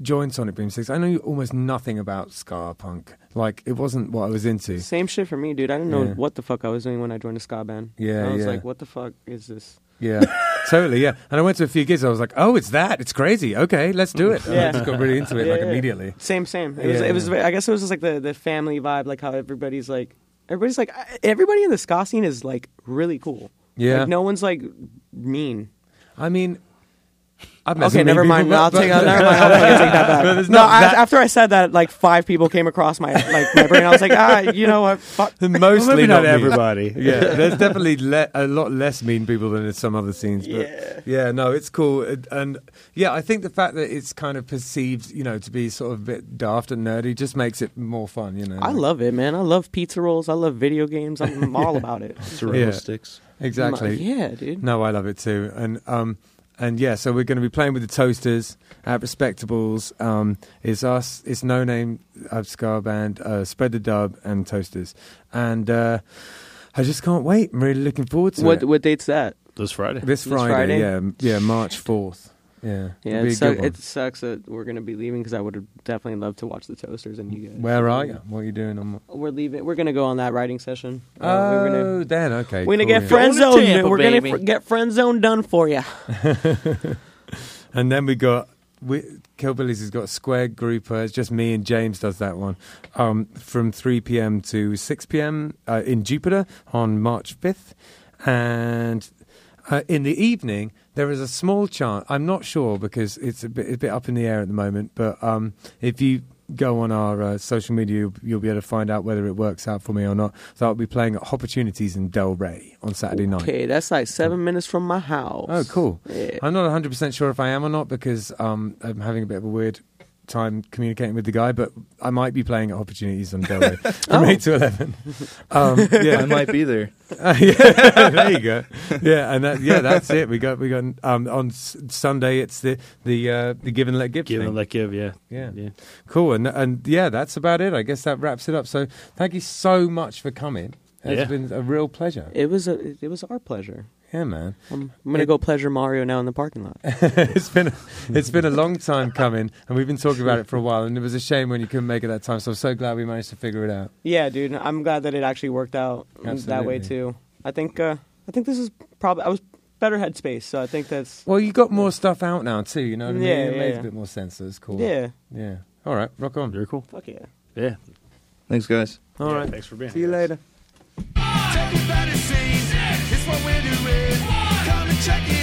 Speaker 1: joined Sonic Boom Six. I knew almost nothing about ska punk. Like it wasn't what I was into.
Speaker 4: Same shit for me, dude. I didn't know
Speaker 1: Yeah.
Speaker 4: what the fuck I was doing when I joined the ska band.
Speaker 1: Yeah,
Speaker 4: I was
Speaker 1: yeah.
Speaker 4: like, what the fuck is this?
Speaker 1: Yeah, totally. Yeah, and I went to a few gigs. I was like, oh, it's that. It's crazy. Okay, let's do it. And I
Speaker 4: Yeah.
Speaker 1: just got really into it
Speaker 4: Yeah,
Speaker 1: like
Speaker 4: yeah.
Speaker 1: immediately.
Speaker 4: Same, same. It was,
Speaker 1: Yeah.
Speaker 4: it was. I guess it was just like the the family vibe, like how everybody's like, everybody's like, everybody in the ska scene is like really cool.
Speaker 1: Yeah.
Speaker 4: Like, no one's like mean.
Speaker 1: I mean, I've met so
Speaker 4: Okay,
Speaker 1: many
Speaker 4: never mind.
Speaker 1: people,
Speaker 4: I'll
Speaker 1: but-
Speaker 4: take, I'll, never mind. I'll fucking take that
Speaker 1: But
Speaker 4: back.
Speaker 1: there's
Speaker 4: No,
Speaker 1: not
Speaker 4: I,
Speaker 1: that-
Speaker 4: after I said that, like five people came across my like my brain. I was like, ah, you know what? Fuck.
Speaker 1: Mostly
Speaker 2: Maybe
Speaker 1: not
Speaker 2: not
Speaker 1: me.
Speaker 2: everybody.
Speaker 1: yeah, there's definitely le- a lot less mean people than in some other scenes. But yeah. no, it's cool. And, and yeah, I think the fact that it's kind of perceived, you know, to be sort of a bit daft and nerdy just makes it more fun, you know.
Speaker 4: I
Speaker 1: like-
Speaker 4: love it, man. I love pizza rolls. I love video games. I'm all about it.
Speaker 3: Torero
Speaker 1: Yeah.
Speaker 3: sticks.
Speaker 1: Exactly.
Speaker 4: Yeah, dude.
Speaker 1: No, I love it too. And um and yeah, so we're going to be playing with the Toasters at Respectables. Um, it's us, it's No Name, Abscar Band, uh, Spread the Dub, and Toasters. And uh, I just can't wait. I'm really looking forward to
Speaker 4: What
Speaker 1: it.
Speaker 4: what date's that?
Speaker 2: This Friday.
Speaker 1: This
Speaker 4: This
Speaker 1: Friday,
Speaker 4: Friday?
Speaker 1: yeah, m- yeah, March fourth. Yeah,
Speaker 4: Yeah,
Speaker 1: It'll be
Speaker 4: it,
Speaker 1: a
Speaker 4: suck-
Speaker 1: good one.
Speaker 4: it sucks that we're gonna be leaving because I would have definitely loved to watch the toasters and you guys.
Speaker 1: Where are you? What are you doing? On...
Speaker 4: We're leaving. We're gonna go on that writing session.
Speaker 1: Oh,
Speaker 4: Uh, we're gonna
Speaker 1: Dan. Okay,
Speaker 4: we're gonna
Speaker 1: cool,
Speaker 4: get
Speaker 1: yeah.
Speaker 4: friend
Speaker 6: Going to
Speaker 4: zoned.
Speaker 6: Tampa,
Speaker 4: we're
Speaker 6: baby.
Speaker 4: gonna fr- get friend zone done for you.
Speaker 1: And then we got we, Kill Billies has got Square Grouper. It's just me and James does that one um, from 3 p.m. to 6 p.m. Uh, in Jupiter on March 5th. And uh, in the evening, there is a small chance. I'm not sure because it's a bit, a bit up in the air at the moment. But um, if you go on our uh, social media, you'll, you'll be able to find out whether it works out for me or not. So I'll be playing at Opportunities in Del Rey on Saturday night.
Speaker 4: Okay, that's like seven minutes from my house.
Speaker 1: Oh, cool.
Speaker 4: Yeah.
Speaker 1: I'm not 100% sure if I am or not because um, I'm having a bit of a weird time communicating with the guy, but I might be playing at opportunities on Delray from 8 to 11. Um,
Speaker 3: I
Speaker 1: yeah.
Speaker 3: might be there.
Speaker 1: Uh, yeah. there you go. Yeah, and that, yeah, that's it. We got we got um, on S- Sunday. It's the the uh, the give and let give.
Speaker 2: Give
Speaker 1: thing.
Speaker 2: and let give. Yeah.
Speaker 1: Yeah. Cool, and and yeah, that's about it. I guess that wraps it up. So thank you so much for coming. It's
Speaker 2: Yeah.
Speaker 1: been a real pleasure.
Speaker 4: It was a, it was our pleasure.
Speaker 1: Yeah, man.
Speaker 4: I'm, I'm gonna go pleasure Mario now in the parking lot.
Speaker 1: it's been it's been a long time coming, and we've been talking about it for a while. And it was a shame when you couldn't make it that time. So I'm so glad we managed to figure it out.
Speaker 4: yeah, dude. I'm glad that it actually worked out that
Speaker 1: Absolutely.
Speaker 4: way too. I think uh, I think this is probably I was better headspace, so I think that's
Speaker 1: Well, you got more stuff out now too. You know what I mean?
Speaker 4: Yeah,
Speaker 1: it
Speaker 4: yeah,
Speaker 1: made
Speaker 4: yeah.
Speaker 1: a bit more sense. So it's cool.
Speaker 4: yeah.
Speaker 1: yeah. All right, rock on.
Speaker 2: Very cool.
Speaker 4: Fuck yeah.
Speaker 2: Yeah.
Speaker 3: Thanks, guys.
Speaker 1: All right,
Speaker 2: Thanks for being.
Speaker 1: see you
Speaker 2: here, guys.
Speaker 1: later.
Speaker 7: Take your fantasies, it's what we're doing. Come and check it